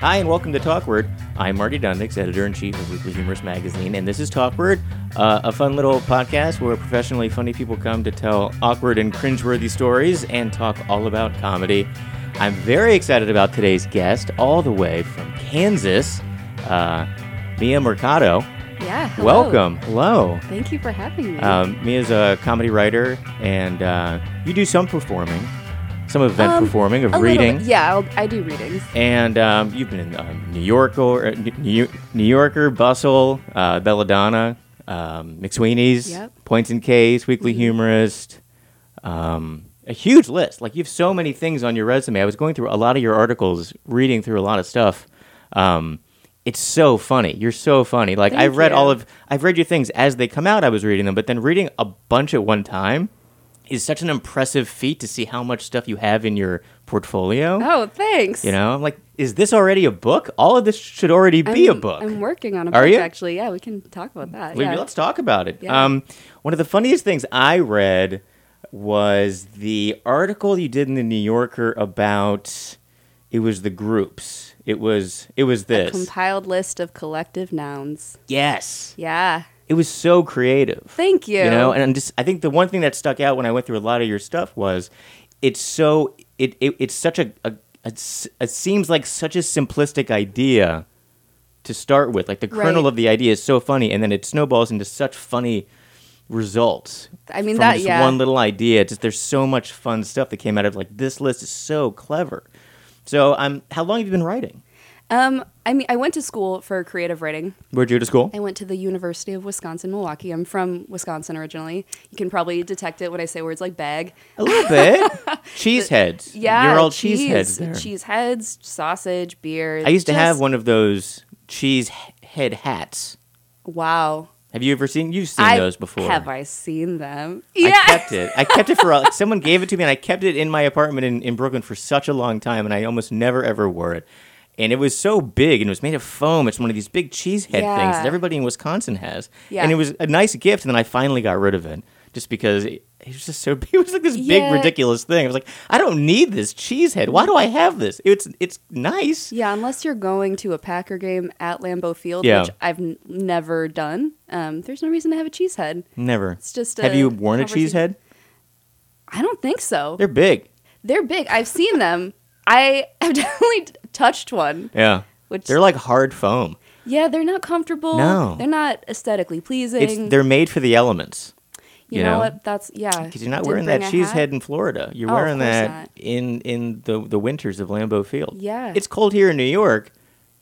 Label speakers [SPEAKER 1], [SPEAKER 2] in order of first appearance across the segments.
[SPEAKER 1] Hi, and welcome to Talk Word. I'm Marty Dundix, editor in chief of Weekly Humorous Magazine, and this is Talk Word, uh, a fun little podcast where professionally funny people come to tell awkward and cringeworthy stories and talk all about comedy. I'm very excited about today's guest, all the way from Kansas, uh, Mia Mercado.
[SPEAKER 2] Yeah. hello.
[SPEAKER 1] Welcome. Hello.
[SPEAKER 2] Thank you for having me.
[SPEAKER 1] Um, Mia's a comedy writer, and uh, you do some performing, some event
[SPEAKER 2] Um,
[SPEAKER 1] performing of
[SPEAKER 2] A little
[SPEAKER 1] reading.
[SPEAKER 2] bit- Yeah, I'll, I do readings.
[SPEAKER 1] And um, you've been in um, New Yorker, uh, New, New Yorker, Bustle, uh, Belladonna, um, McSweeney's,
[SPEAKER 2] Yep. Mm-hmm.
[SPEAKER 1] Points and Case, Weekly Humorist. Um, a huge list. Like you have so many things on your resume. I was going through a lot of your articles, reading through a lot of stuff. Um, it's so funny. You're so funny. Like
[SPEAKER 2] Thank
[SPEAKER 1] I've read
[SPEAKER 2] you.
[SPEAKER 1] all of I've read your things as they come out. I was reading them, but then reading a bunch at one time is such an impressive feat to see how much stuff you have in your portfolio.
[SPEAKER 2] Oh, thanks.
[SPEAKER 1] You know, I'm like, is this already a book? All of this should already be
[SPEAKER 2] I'm-
[SPEAKER 1] a book.
[SPEAKER 2] I'm working on a
[SPEAKER 1] Are
[SPEAKER 2] book
[SPEAKER 1] you?
[SPEAKER 2] actually. Yeah, we can talk about that.
[SPEAKER 1] We-
[SPEAKER 2] yeah.
[SPEAKER 1] Let's talk about it.
[SPEAKER 2] Yeah.
[SPEAKER 1] Um, one of the funniest things I read was the article you did in the New Yorker about it was the groups. It was it was
[SPEAKER 2] a
[SPEAKER 1] this.
[SPEAKER 2] compiled list of collective nouns.
[SPEAKER 1] yes,
[SPEAKER 2] Yeah.
[SPEAKER 1] it was so creative.
[SPEAKER 2] Thank you.
[SPEAKER 1] You know, and I'm just I think the one thing that stuck out when I went through a lot of your stuff was it's so it, it it's such a, a, a s- it seems like such a simplistic idea to start with. Like the kernel
[SPEAKER 2] Right.
[SPEAKER 1] of the idea is so funny and then it snowballs into such funny results.
[SPEAKER 2] I mean
[SPEAKER 1] from
[SPEAKER 2] that.
[SPEAKER 1] just
[SPEAKER 2] Yeah.
[SPEAKER 1] one little idea. Just there's so much fun stuff that came out of like this list is so clever. So I'm how long have you been writing?
[SPEAKER 2] um, I mean, I went to school for creative writing.
[SPEAKER 1] Where'd you go to school?
[SPEAKER 2] I went to the University of Wisconsin Milwaukee. I'm from Wisconsin originally. You can probably detect it when I say words like bag.
[SPEAKER 1] A little bit. Cheeseheads.
[SPEAKER 2] Yeah.
[SPEAKER 1] You're all
[SPEAKER 2] cheese,
[SPEAKER 1] cheeseheads there.
[SPEAKER 2] Cheese heads, sausage, beer.
[SPEAKER 1] I used to have
[SPEAKER 2] just-
[SPEAKER 1] one of those cheese h- head hats.
[SPEAKER 2] Wow.
[SPEAKER 1] Have you ever seen? You've seen
[SPEAKER 2] I-
[SPEAKER 1] those before.
[SPEAKER 2] Have I seen them?
[SPEAKER 1] I kept it. I kept it for a, someone gave it to me, and I kept it in my apartment in, in Brooklyn for such a long time, and I almost never ever wore it. And it was so big, and it was made of foam. It's one of these big cheese head things that
[SPEAKER 2] Yeah.
[SPEAKER 1] everybody in Wisconsin has.
[SPEAKER 2] Yeah.
[SPEAKER 1] And it was a nice gift, and then I finally got rid of it just because it, it was just so big. It was like this big,
[SPEAKER 2] Yeah.
[SPEAKER 1] ridiculous thing. I was like, I don't need this cheese head. Why do I have this? It's it's nice.
[SPEAKER 2] Yeah, unless you're going to a Packer game at Lambeau Field,
[SPEAKER 1] Yeah.
[SPEAKER 2] which I've n- never done. Um, there's no reason to have a cheese head.
[SPEAKER 1] Never.
[SPEAKER 2] It's just.
[SPEAKER 1] Have
[SPEAKER 2] a
[SPEAKER 1] you worn a cheese
[SPEAKER 2] conversation-
[SPEAKER 1] head?
[SPEAKER 2] I don't think so. They're,
[SPEAKER 1] They're big.
[SPEAKER 2] big. I've seen them. I have definitely t- touched one.
[SPEAKER 1] Yeah.
[SPEAKER 2] Which
[SPEAKER 1] They're like hard foam.
[SPEAKER 2] yeah, they're not comfortable.
[SPEAKER 1] No.
[SPEAKER 2] they're not aesthetically pleasing.
[SPEAKER 1] It's they're made for the elements.
[SPEAKER 2] you,
[SPEAKER 1] you
[SPEAKER 2] know,
[SPEAKER 1] know,
[SPEAKER 2] what? That's yeah.
[SPEAKER 1] Because you're not
[SPEAKER 2] Didn't
[SPEAKER 1] wearing
[SPEAKER 2] bring
[SPEAKER 1] that
[SPEAKER 2] a
[SPEAKER 1] cheese
[SPEAKER 2] hat.
[SPEAKER 1] head in Florida. You're
[SPEAKER 2] Oh, of
[SPEAKER 1] wearing
[SPEAKER 2] course
[SPEAKER 1] that
[SPEAKER 2] not.
[SPEAKER 1] in in the the winters of Lambeau Field.
[SPEAKER 2] Yeah.
[SPEAKER 1] It's cold here in New York.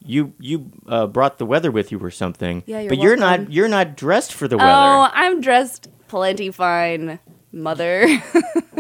[SPEAKER 1] You you uh, brought the weather with you or something.
[SPEAKER 2] Yeah, you're
[SPEAKER 1] but you're not
[SPEAKER 2] welcome.
[SPEAKER 1] you're not dressed for the weather.
[SPEAKER 2] Oh, I'm dressed plenty fine, mother.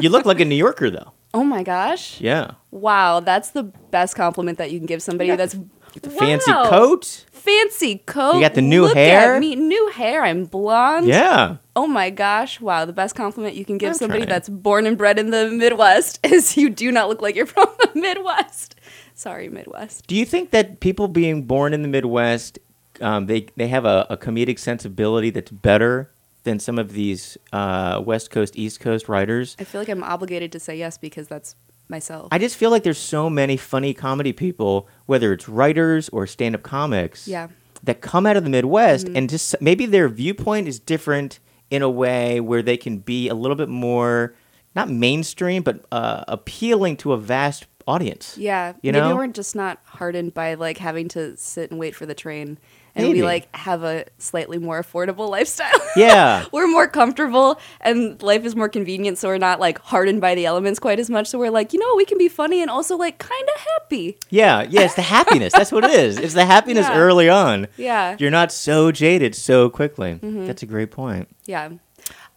[SPEAKER 1] You look like a New Yorker though.
[SPEAKER 2] oh my gosh.
[SPEAKER 1] Yeah.
[SPEAKER 2] Wow, that's the best compliment that you can give somebody.
[SPEAKER 1] Yeah.
[SPEAKER 2] That's
[SPEAKER 1] The fancy
[SPEAKER 2] Wow.
[SPEAKER 1] coat.
[SPEAKER 2] fancy coat.
[SPEAKER 1] You got the new
[SPEAKER 2] Look
[SPEAKER 1] hair?
[SPEAKER 2] At me. New hair. I'm blonde.
[SPEAKER 1] Yeah.
[SPEAKER 2] Oh my gosh. Wow. The best compliment you can give
[SPEAKER 1] I'm
[SPEAKER 2] somebody
[SPEAKER 1] trying.
[SPEAKER 2] that's born and bred in the Midwest is you do not look like you're from the Midwest. Sorry, Midwest.
[SPEAKER 1] Do you think that people being born in the Midwest, um, they they have a, a comedic sensibility that's better than some of these uh, West Coast, East Coast writers?
[SPEAKER 2] I feel like I'm obligated to say yes because that's myself.
[SPEAKER 1] I just feel like there's so many funny comedy people, whether it's writers or stand up comics,
[SPEAKER 2] Yeah. Mm-hmm.
[SPEAKER 1] that come out of the Midwest and just maybe their viewpoint is different in a way where they can be a little bit more not mainstream but uh, appealing to a vast audience.
[SPEAKER 2] yeah.
[SPEAKER 1] You
[SPEAKER 2] Maybe
[SPEAKER 1] know?
[SPEAKER 2] we're just not hardened by like having to sit and wait for the train and
[SPEAKER 1] Maybe.
[SPEAKER 2] we like have a slightly more affordable lifestyle.
[SPEAKER 1] Yeah.
[SPEAKER 2] we're more comfortable and life is more convenient so we're not like hardened by the elements quite as much so we're like you know we can be funny and also like kind of happy
[SPEAKER 1] Yeah, yeah, it's the happiness. That's what it is. It's the happiness
[SPEAKER 2] Yeah.
[SPEAKER 1] early on.
[SPEAKER 2] Yeah. Mm-hmm.
[SPEAKER 1] You're not so jaded so quickly. That's a great point.
[SPEAKER 2] yeah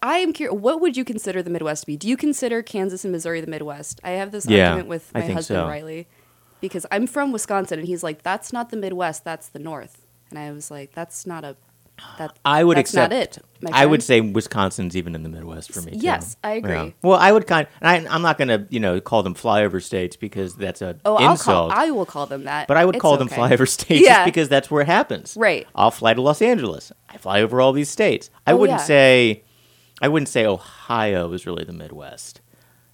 [SPEAKER 2] i am curious what would you consider the midwest to be do you consider kansas and missouri the midwest i have this
[SPEAKER 1] Yeah,
[SPEAKER 2] argument with
[SPEAKER 1] I
[SPEAKER 2] my
[SPEAKER 1] think
[SPEAKER 2] husband
[SPEAKER 1] so.
[SPEAKER 2] riley because i'm from wisconsin and he's like that's not the midwest that's the north and i was like that's not a that
[SPEAKER 1] I would
[SPEAKER 2] that's
[SPEAKER 1] accept.
[SPEAKER 2] not it my
[SPEAKER 1] I would
[SPEAKER 2] friend."
[SPEAKER 1] say Wisconsin's even in the Midwest for me. too.
[SPEAKER 2] Yes, I agree.
[SPEAKER 1] Yeah. Well, I would kind. and I, I'm not going to you know call them flyover states because that's a
[SPEAKER 2] oh i'll
[SPEAKER 1] insult.
[SPEAKER 2] call i will call them that
[SPEAKER 1] but I would
[SPEAKER 2] It's
[SPEAKER 1] call them
[SPEAKER 2] okay.
[SPEAKER 1] flyover states just
[SPEAKER 2] Yeah.
[SPEAKER 1] because that's where it happens.
[SPEAKER 2] Right.
[SPEAKER 1] I'll fly to Los Angeles. I fly over all these states. I
[SPEAKER 2] Oh,
[SPEAKER 1] wouldn't
[SPEAKER 2] yeah.
[SPEAKER 1] say. I wouldn't say Ohio is really the Midwest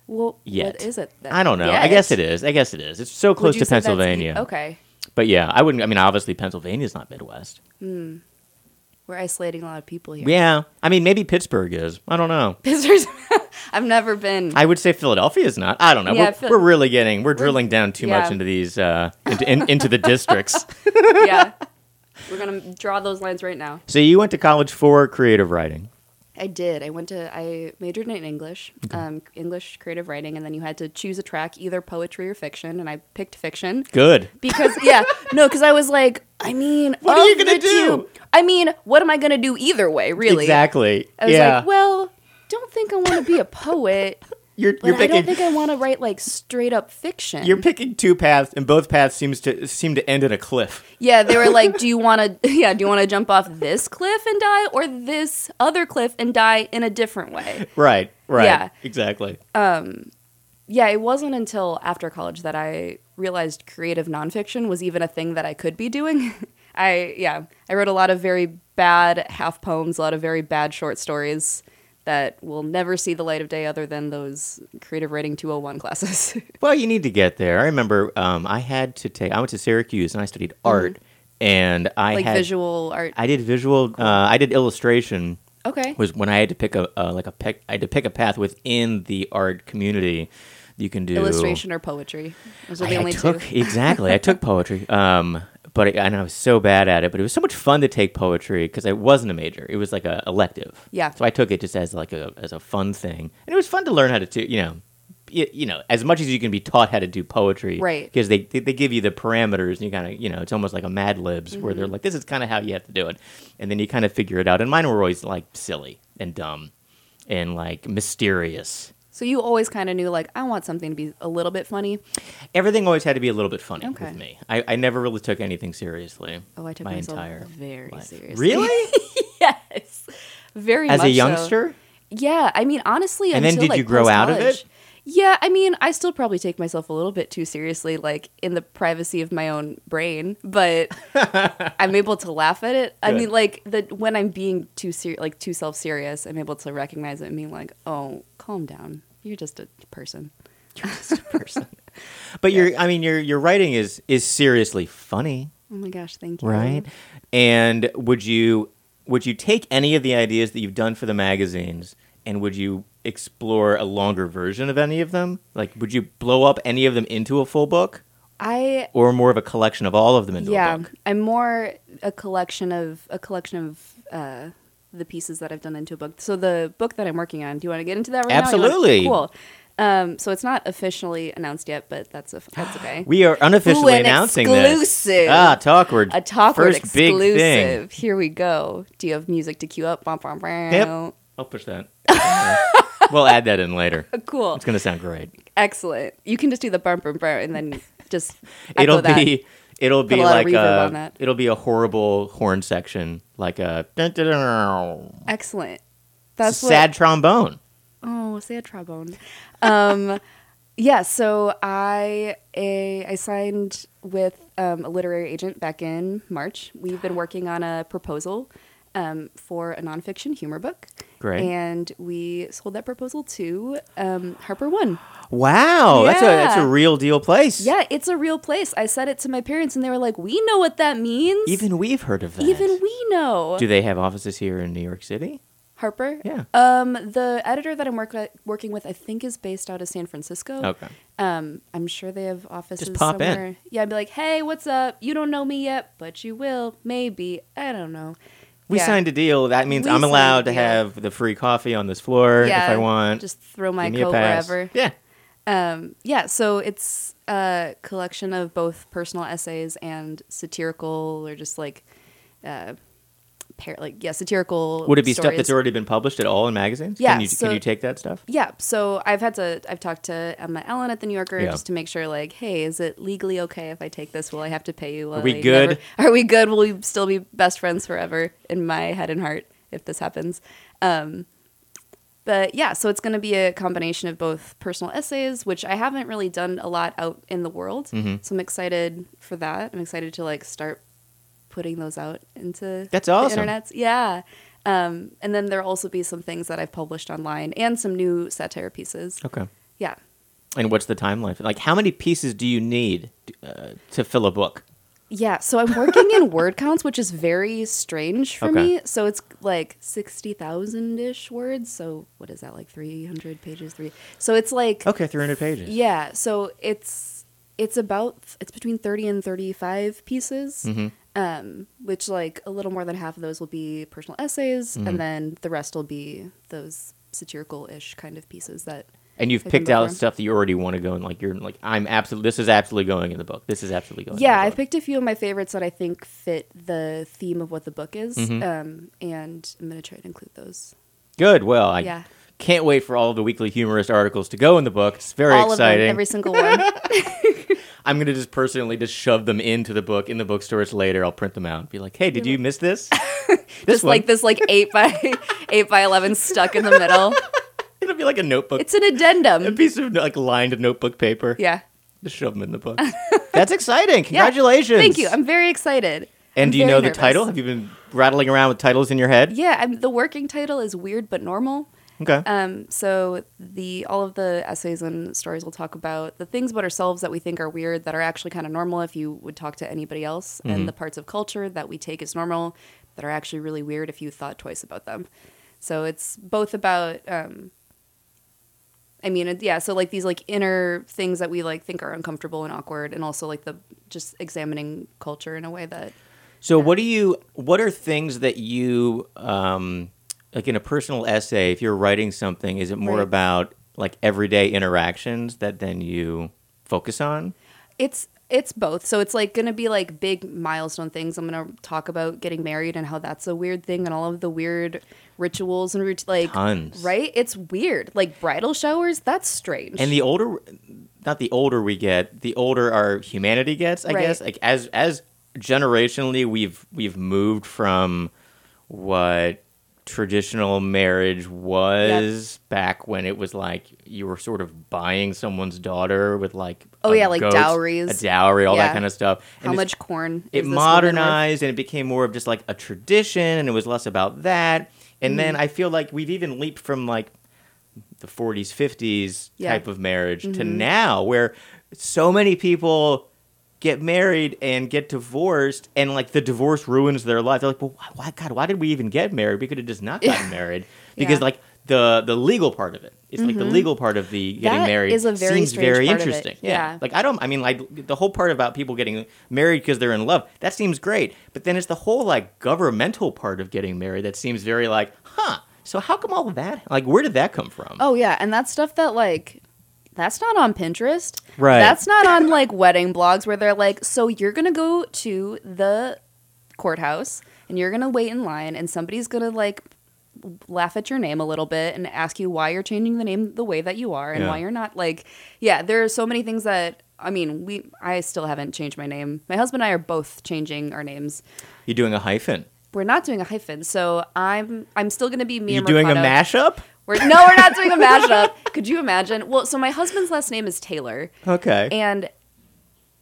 [SPEAKER 2] well
[SPEAKER 1] yet.
[SPEAKER 2] what is it then?
[SPEAKER 1] I don't know. I
[SPEAKER 2] Yet?
[SPEAKER 1] guess it is. I guess it is. It's so
[SPEAKER 2] Would
[SPEAKER 1] close
[SPEAKER 2] you
[SPEAKER 1] to
[SPEAKER 2] say that's e-
[SPEAKER 1] Pennsylvania.
[SPEAKER 2] okay
[SPEAKER 1] But yeah, I wouldn't. I mean, obviously Pennsylvania's not Midwest.
[SPEAKER 2] We're isolating a lot of people here.
[SPEAKER 1] Yeah, I mean maybe Pittsburgh is. I don't know.
[SPEAKER 2] Pittsburgh's- I've never been.
[SPEAKER 1] I would say Philadelphia is not. I don't know.
[SPEAKER 2] Yeah,
[SPEAKER 1] we're,
[SPEAKER 2] Phil-
[SPEAKER 1] we're really getting we're drilling down too
[SPEAKER 2] yeah.
[SPEAKER 1] much into these uh, into in, into the districts.
[SPEAKER 2] yeah. We're going to draw those lines right now.
[SPEAKER 1] So you went to college for creative writing.
[SPEAKER 2] I did. I went to, I majored in English, um, English creative writing, and then you had to choose a track, either poetry or fiction, and I picked fiction.
[SPEAKER 1] Good.
[SPEAKER 2] Because, yeah, no, because I was like, I mean,
[SPEAKER 1] What are
[SPEAKER 2] of
[SPEAKER 1] you gonna
[SPEAKER 2] the
[SPEAKER 1] do?
[SPEAKER 2] two- I mean, what am I going to do either way, really?
[SPEAKER 1] Exactly.
[SPEAKER 2] I was
[SPEAKER 1] yeah.
[SPEAKER 2] like, well, don't think I want to be a poet,
[SPEAKER 1] you're
[SPEAKER 2] but
[SPEAKER 1] you're
[SPEAKER 2] I don't
[SPEAKER 1] picking
[SPEAKER 2] think I want to write like straight up fiction.
[SPEAKER 1] you're picking two paths, and both paths seems to seem to end in a cliff.
[SPEAKER 2] Yeah, they were like, "Do you want to? Yeah, do you want to jump off this cliff and die, or this other cliff and die in a different way?"
[SPEAKER 1] Right. Right.
[SPEAKER 2] Yeah.
[SPEAKER 1] Exactly.
[SPEAKER 2] Yeah, it wasn't until after college that I realized creative nonfiction was even a thing that I could be doing. I yeah, I wrote a lot of very bad half poems, a lot of very bad short stories that will never see the light of day other than those creative writing 201 classes.
[SPEAKER 1] Well, you need to get there. I remember um, I had to take. I went to Syracuse and I studied art, and I
[SPEAKER 2] Mm-hmm. like
[SPEAKER 1] had
[SPEAKER 2] visual art.
[SPEAKER 1] I did visual. Uh, I did illustration.
[SPEAKER 2] okay.
[SPEAKER 1] Was when I had to pick a uh, like a pick. I had to pick a path within the art community. You can do
[SPEAKER 2] Illustration or poetry. Those are the
[SPEAKER 1] I, I
[SPEAKER 2] only
[SPEAKER 1] took
[SPEAKER 2] two.
[SPEAKER 1] exactly. I took poetry. Um, but I, and I was so bad at it. But it was so much fun to take poetry because it wasn't a major. It was like a elective.
[SPEAKER 2] Yeah.
[SPEAKER 1] So I took it just as like a as a fun thing, and it was fun to learn how to do. You know, y- you know, as much as you can be taught how to do poetry,
[SPEAKER 2] Right.
[SPEAKER 1] Because they, they they give you the parameters, and you kind of you know, it's almost like a Mad Libs where
[SPEAKER 2] Mm-hmm.
[SPEAKER 1] they're like, this is kind of how you have to do it, and then you kind of figure it out. And mine were always like silly and dumb, and like mysterious.
[SPEAKER 2] So you always kind of knew, like, I want something to be a little bit funny.
[SPEAKER 1] Everything always had to be a little bit funny
[SPEAKER 2] Okay.
[SPEAKER 1] with me. I, I never really took anything seriously.
[SPEAKER 2] Oh, I took
[SPEAKER 1] my
[SPEAKER 2] myself
[SPEAKER 1] entire
[SPEAKER 2] very
[SPEAKER 1] life.
[SPEAKER 2] seriously.
[SPEAKER 1] Really?
[SPEAKER 2] yes, very.
[SPEAKER 1] As
[SPEAKER 2] much
[SPEAKER 1] a
[SPEAKER 2] so.
[SPEAKER 1] youngster?
[SPEAKER 2] Yeah, I mean, honestly,
[SPEAKER 1] And then
[SPEAKER 2] until,
[SPEAKER 1] did
[SPEAKER 2] like,
[SPEAKER 1] you grow out of it?
[SPEAKER 2] post-college- Yeah, I mean, I still probably take myself a little bit too seriously, like in the privacy of my own brain, but I'm able to laugh at it. I
[SPEAKER 1] Good.
[SPEAKER 2] mean, like the when I'm being too ser- like too self serious, I'm able to recognize it and being like, oh, calm down, you're just a person.
[SPEAKER 1] Person. But your I mean your your writing is is seriously funny,
[SPEAKER 2] Oh my gosh, thank you.
[SPEAKER 1] right? And would you would you take any of the ideas that you've done for the magazines and would you explore a longer version of any of them? Like would you blow up any of them into a full book
[SPEAKER 2] I
[SPEAKER 1] or more of a collection of all of them into
[SPEAKER 2] yeah
[SPEAKER 1] a book?
[SPEAKER 2] i'm more a collection of a collection of uh, the pieces that i've done into a book so the book that i'm working on do you want to get into that right
[SPEAKER 1] Absolutely.
[SPEAKER 2] now You wanna- cool um, so it's not officially announced yet but that's a, that's okay
[SPEAKER 1] We are unofficially
[SPEAKER 2] Ooh, an
[SPEAKER 1] announcing this.
[SPEAKER 2] exclusive.
[SPEAKER 1] Ah, talkward.
[SPEAKER 2] a talk word
[SPEAKER 1] First Big thing.
[SPEAKER 2] exclusive here we go do you have music to cue up bum, bum, bum. Uh,
[SPEAKER 1] Yep. I'll push that. we'll add that in later.
[SPEAKER 2] cool
[SPEAKER 1] It's going to sound great.
[SPEAKER 2] excellent you can just do the bum, bum, bum, and then just echo
[SPEAKER 1] It'll
[SPEAKER 2] that.
[SPEAKER 1] be it'll be
[SPEAKER 2] a lot of
[SPEAKER 1] like
[SPEAKER 2] reverb
[SPEAKER 1] a,
[SPEAKER 2] on that.
[SPEAKER 1] it'll be a horrible horn section, like a dun, dun, dun, dun.
[SPEAKER 2] excellent
[SPEAKER 1] It's
[SPEAKER 2] that's
[SPEAKER 1] a
[SPEAKER 2] what
[SPEAKER 1] sad trombone.
[SPEAKER 2] Oh, sad trombone. um, yeah, so I I I signed with um, a literary agent back in March. We've been working on a proposal um, for a nonfiction humor book.
[SPEAKER 1] Great.
[SPEAKER 2] And we sold that proposal to um, Harper One.
[SPEAKER 1] Wow, that's a that's a
[SPEAKER 2] Yeah.
[SPEAKER 1] real deal place.
[SPEAKER 2] Yeah, it's a real place. I said it to my parents, and they were like, "We know what that means.
[SPEAKER 1] Even we've heard of that.
[SPEAKER 2] even we know."
[SPEAKER 1] Do they have offices here in New York City?
[SPEAKER 2] Harper.
[SPEAKER 1] Yeah.
[SPEAKER 2] Um, the editor that I'm work- working with, I think, is based out of San Francisco.
[SPEAKER 1] Okay.
[SPEAKER 2] Um, I'm sure they have offices
[SPEAKER 1] pop in.
[SPEAKER 2] somewhere. Yeah, I'd be like, hey, what's up? You don't know me yet, but you will, maybe. I don't know.
[SPEAKER 1] We
[SPEAKER 2] Yeah.
[SPEAKER 1] signed a deal. That means
[SPEAKER 2] We
[SPEAKER 1] I'm
[SPEAKER 2] signed a
[SPEAKER 1] allowed to
[SPEAKER 2] deal.
[SPEAKER 1] have the free coffee on this floor
[SPEAKER 2] yeah,
[SPEAKER 1] if I want.
[SPEAKER 2] Just throw
[SPEAKER 1] Give
[SPEAKER 2] my
[SPEAKER 1] me a
[SPEAKER 2] coat
[SPEAKER 1] pass.
[SPEAKER 2] wherever.
[SPEAKER 1] Yeah.
[SPEAKER 2] Um, yeah, so it's a collection of both personal essays and satirical or just like, uh, par- like yeah, satirical.
[SPEAKER 1] Would it be stuff
[SPEAKER 2] stories.
[SPEAKER 1] that's already been published at all in magazines?
[SPEAKER 2] Yeah,
[SPEAKER 1] Can you,
[SPEAKER 2] so-
[SPEAKER 1] can you take that stuff?
[SPEAKER 2] Yeah, so I've had to I've talked to Emma Ellen at the New Yorker
[SPEAKER 1] Yeah.
[SPEAKER 2] just to make sure like, hey, is it legally okay if I take this? Will I have to pay you? Will
[SPEAKER 1] Are we
[SPEAKER 2] I
[SPEAKER 1] good?
[SPEAKER 2] never- are we good? Will we still be best friends forever in my head and heart if this happens? Um, but yeah, so it's going to be a combination of both personal essays, which I haven't really done a lot out in the world,
[SPEAKER 1] Mm-hmm.
[SPEAKER 2] so I'm excited for that. I'm excited to like start putting those out into
[SPEAKER 1] That's
[SPEAKER 2] the
[SPEAKER 1] awesome.
[SPEAKER 2] internets. Yeah. Um, and then there'll also be some things that I've published online and some new satire pieces.
[SPEAKER 1] Okay.
[SPEAKER 2] Yeah.
[SPEAKER 1] And what's the timeline? Like, how many pieces do you need uh, to fill a book?
[SPEAKER 2] Yeah, so I'm working in word counts, which is very strange for
[SPEAKER 1] Okay.
[SPEAKER 2] me. So it's like 60,000 ish words. So what is that, like 300 pages? Three. So it's like,
[SPEAKER 1] Okay, 300 pages.
[SPEAKER 2] yeah, so it's it's about, it's between 30 and 35 pieces,
[SPEAKER 1] Mhm.
[SPEAKER 2] um, which like a little more than half of those will be personal essays,
[SPEAKER 1] Mm-hmm.
[SPEAKER 2] and then the rest will be those satirical ish kind of pieces that.
[SPEAKER 1] And you've
[SPEAKER 2] I can
[SPEAKER 1] picked
[SPEAKER 2] go
[SPEAKER 1] out
[SPEAKER 2] for.
[SPEAKER 1] stuff that you already want to go in. Like you're like, I'm absolutely. This is absolutely going in the book. This is absolutely going.
[SPEAKER 2] Yeah,
[SPEAKER 1] in
[SPEAKER 2] I
[SPEAKER 1] the book.
[SPEAKER 2] picked a few of my favorites that I think fit the theme of what the book is,
[SPEAKER 1] Mhm.
[SPEAKER 2] um, and I'm gonna try to include those.
[SPEAKER 1] Good. Well, I
[SPEAKER 2] Yeah.
[SPEAKER 1] can't wait for all the weekly humorist articles to go in the book. It's very
[SPEAKER 2] All
[SPEAKER 1] exciting.
[SPEAKER 2] of them, every single one.
[SPEAKER 1] I'm gonna just personally just shove them into the book in the bookstores later. I'll print them out and be like, Hey, did you miss this? this
[SPEAKER 2] just like this, like eight by eight by eleven stuck in the middle.
[SPEAKER 1] It'll be like a notebook,
[SPEAKER 2] It's an
[SPEAKER 1] a
[SPEAKER 2] addendum.
[SPEAKER 1] piece of like lined notebook paper.
[SPEAKER 2] Yeah.
[SPEAKER 1] Just shove them in the book. That's exciting.
[SPEAKER 2] Yeah.
[SPEAKER 1] Congratulations.
[SPEAKER 2] Thank you. I'm very excited.
[SPEAKER 1] and
[SPEAKER 2] I'm
[SPEAKER 1] do you
[SPEAKER 2] very
[SPEAKER 1] know
[SPEAKER 2] nervous.
[SPEAKER 1] the title? Have you been rattling around with titles in your head?
[SPEAKER 2] Yeah, I'm, the working title is weird but normal.
[SPEAKER 1] Okay.
[SPEAKER 2] Um, so the all of the essays and stories will talk about the things about ourselves that we think are weird that are actually kind of normal if you would talk to anybody else, and the parts of culture that we take as normal that are actually really weird if you thought twice about them. So it's both about, um, I mean, it- yeah. So like these like inner things that we like think are uncomfortable and awkward, and also like the just examining culture in a way that
[SPEAKER 1] So, what do you? What are things that you um, like in a personal essay? If you're writing something, is it more
[SPEAKER 2] Right.
[SPEAKER 1] about like everyday interactions that then you focus on?
[SPEAKER 2] It's it's both. So it's like going to be like big milestone things. I'm going to talk about getting married and how that's a weird thing and all of the weird rituals and routine like
[SPEAKER 1] Tons.
[SPEAKER 2] right? It's weird. Like bridal showers, that's strange.
[SPEAKER 1] And the older, not the older we get, the older our humanity gets. I
[SPEAKER 2] Right.
[SPEAKER 1] guess like as as generationally we've we've moved from what traditional marriage was back when it was like you were sort of buying someone's daughter with like
[SPEAKER 2] Oh,
[SPEAKER 1] a
[SPEAKER 2] yeah, like
[SPEAKER 1] goat's-
[SPEAKER 2] dowries.
[SPEAKER 1] a dowry all that
[SPEAKER 2] Yeah.
[SPEAKER 1] kind of stuff
[SPEAKER 2] how
[SPEAKER 1] And it's-
[SPEAKER 2] much corn
[SPEAKER 1] it
[SPEAKER 2] is this woman worth?
[SPEAKER 1] modernized and it became more of just like a tradition and it was less about that and then
[SPEAKER 2] Mm-hmm.
[SPEAKER 1] i feel like we've even leaped from like the 40s 50s
[SPEAKER 2] Yeah. Mm-hmm.
[SPEAKER 1] type of marriage to now where so many people get married and get divorced and like the divorce ruins their life they're like well why, why god why did we even get married we could have just not gotten married because
[SPEAKER 2] Yeah. Mm-hmm.
[SPEAKER 1] like the the legal part of it it's like the legal part of the getting
[SPEAKER 2] That
[SPEAKER 1] married
[SPEAKER 2] is a very
[SPEAKER 1] seems
[SPEAKER 2] strange
[SPEAKER 1] very
[SPEAKER 2] part of it.
[SPEAKER 1] interesting yeah
[SPEAKER 2] Yeah.
[SPEAKER 1] like I don't. I mean, like the whole part about people getting married because they're in love that seems great, but then it's the whole like governmental part of getting married that seems very like, huh? So how come all of that? Like, where did that come from?
[SPEAKER 2] Oh yeah, and that's stuff that like that's not on Pinterest.
[SPEAKER 1] Right.
[SPEAKER 2] That's not on like wedding blogs where they're like, so you're gonna go to the courthouse and you're gonna wait in line and somebody's gonna like laugh at your name a little bit and ask you why you're changing the name the way that you are and
[SPEAKER 1] Yeah.
[SPEAKER 2] why you're not like yeah, there are so many things that I mean, we I still haven't changed my name. My husband and I are both changing our names.
[SPEAKER 1] You're doing a hyphen.
[SPEAKER 2] We're not doing a hyphen, so I'm I'm still gonna be me
[SPEAKER 1] You're
[SPEAKER 2] and
[SPEAKER 1] doing a
[SPEAKER 2] Mercado.
[SPEAKER 1] mashup.
[SPEAKER 2] We're, no, we're not doing a mashup. Could you imagine? Well, so my husband's last name is Taylor,
[SPEAKER 1] Okay.
[SPEAKER 2] and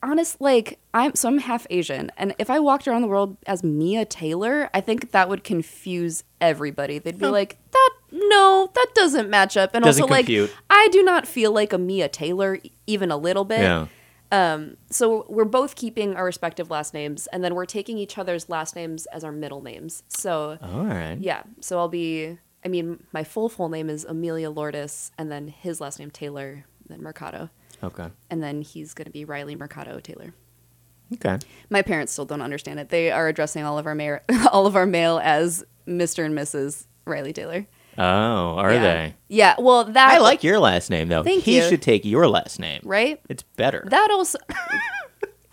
[SPEAKER 2] honest, like I'm so I'm half Asian, and if I walked around the world as Mia Taylor, I think that would confuse everybody. They'd be
[SPEAKER 1] Oh.
[SPEAKER 2] like, "That no, that doesn't match up," and
[SPEAKER 1] Doesn't
[SPEAKER 2] also
[SPEAKER 1] compute.
[SPEAKER 2] like I do not feel like a Mia Taylor e- even a little bit.
[SPEAKER 1] yeah.
[SPEAKER 2] Um, so we're both keeping our respective last names, and then we're taking each other's last names as our middle names. So
[SPEAKER 1] All right.
[SPEAKER 2] yeah. So I'll be. I mean, my full full name is Amelia Lourdes, and then his last name Taylor, then Mercado,
[SPEAKER 1] Okay.
[SPEAKER 2] and then he's going to be Riley Mercado Taylor.
[SPEAKER 1] Okay.
[SPEAKER 2] My parents still don't understand it. They are addressing all of our mail, all of our mail as Mr. and Mrs. Riley Taylor.
[SPEAKER 1] Oh, are
[SPEAKER 2] yeah.
[SPEAKER 1] they?
[SPEAKER 2] Yeah. Well, that
[SPEAKER 1] I like your last name though.
[SPEAKER 2] Thank
[SPEAKER 1] he
[SPEAKER 2] you.
[SPEAKER 1] should take your last name.
[SPEAKER 2] right.
[SPEAKER 1] It's better.
[SPEAKER 2] That also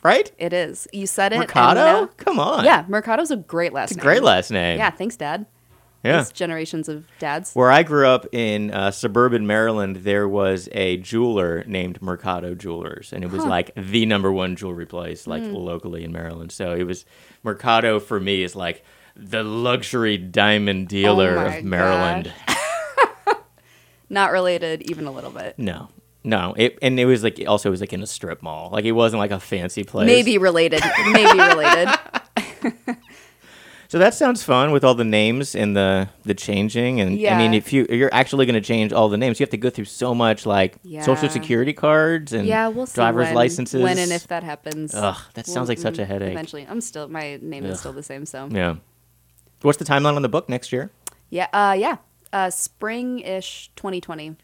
[SPEAKER 1] right?
[SPEAKER 2] it is. You said it. and
[SPEAKER 1] Mercado?
[SPEAKER 2] now-
[SPEAKER 1] Come on.
[SPEAKER 2] Yeah, Mercado's a great last
[SPEAKER 1] It's a
[SPEAKER 2] name.
[SPEAKER 1] great last name.
[SPEAKER 2] Yeah. Thanks, Dad.
[SPEAKER 1] Yeah.
[SPEAKER 2] These generations of dads.
[SPEAKER 1] Where I grew up in uh, suburban Maryland, there was a jeweler named Mercado Jewelers, and it was like the number one jewelry place, like locally in Maryland. So it was Mercado for me is like the luxury diamond dealer
[SPEAKER 2] my
[SPEAKER 1] of Maryland.
[SPEAKER 2] Not related, even a little bit.
[SPEAKER 1] No, no, it and it was like also it was like in a strip mall, like it wasn't like a fancy place.
[SPEAKER 2] Maybe related. Maybe related.
[SPEAKER 1] So that sounds fun with all the names and the the changing. And I mean,
[SPEAKER 2] Yeah.
[SPEAKER 1] if you you're actually going to change all the names, you have to go through so much like
[SPEAKER 2] Yeah.
[SPEAKER 1] social security cards and
[SPEAKER 2] yeah, we'll see
[SPEAKER 1] driver's
[SPEAKER 2] when,
[SPEAKER 1] licenses.
[SPEAKER 2] when and if that happens.
[SPEAKER 1] Ugh, that sounds like such a
[SPEAKER 2] mm,
[SPEAKER 1] headache.
[SPEAKER 2] Eventually, I'm still my name
[SPEAKER 1] Ugh.
[SPEAKER 2] is still the same. So yeah,
[SPEAKER 1] yeah. What's the timeline on the book next year?
[SPEAKER 2] yeah, uh, yeah. Uh, spring ish 2020.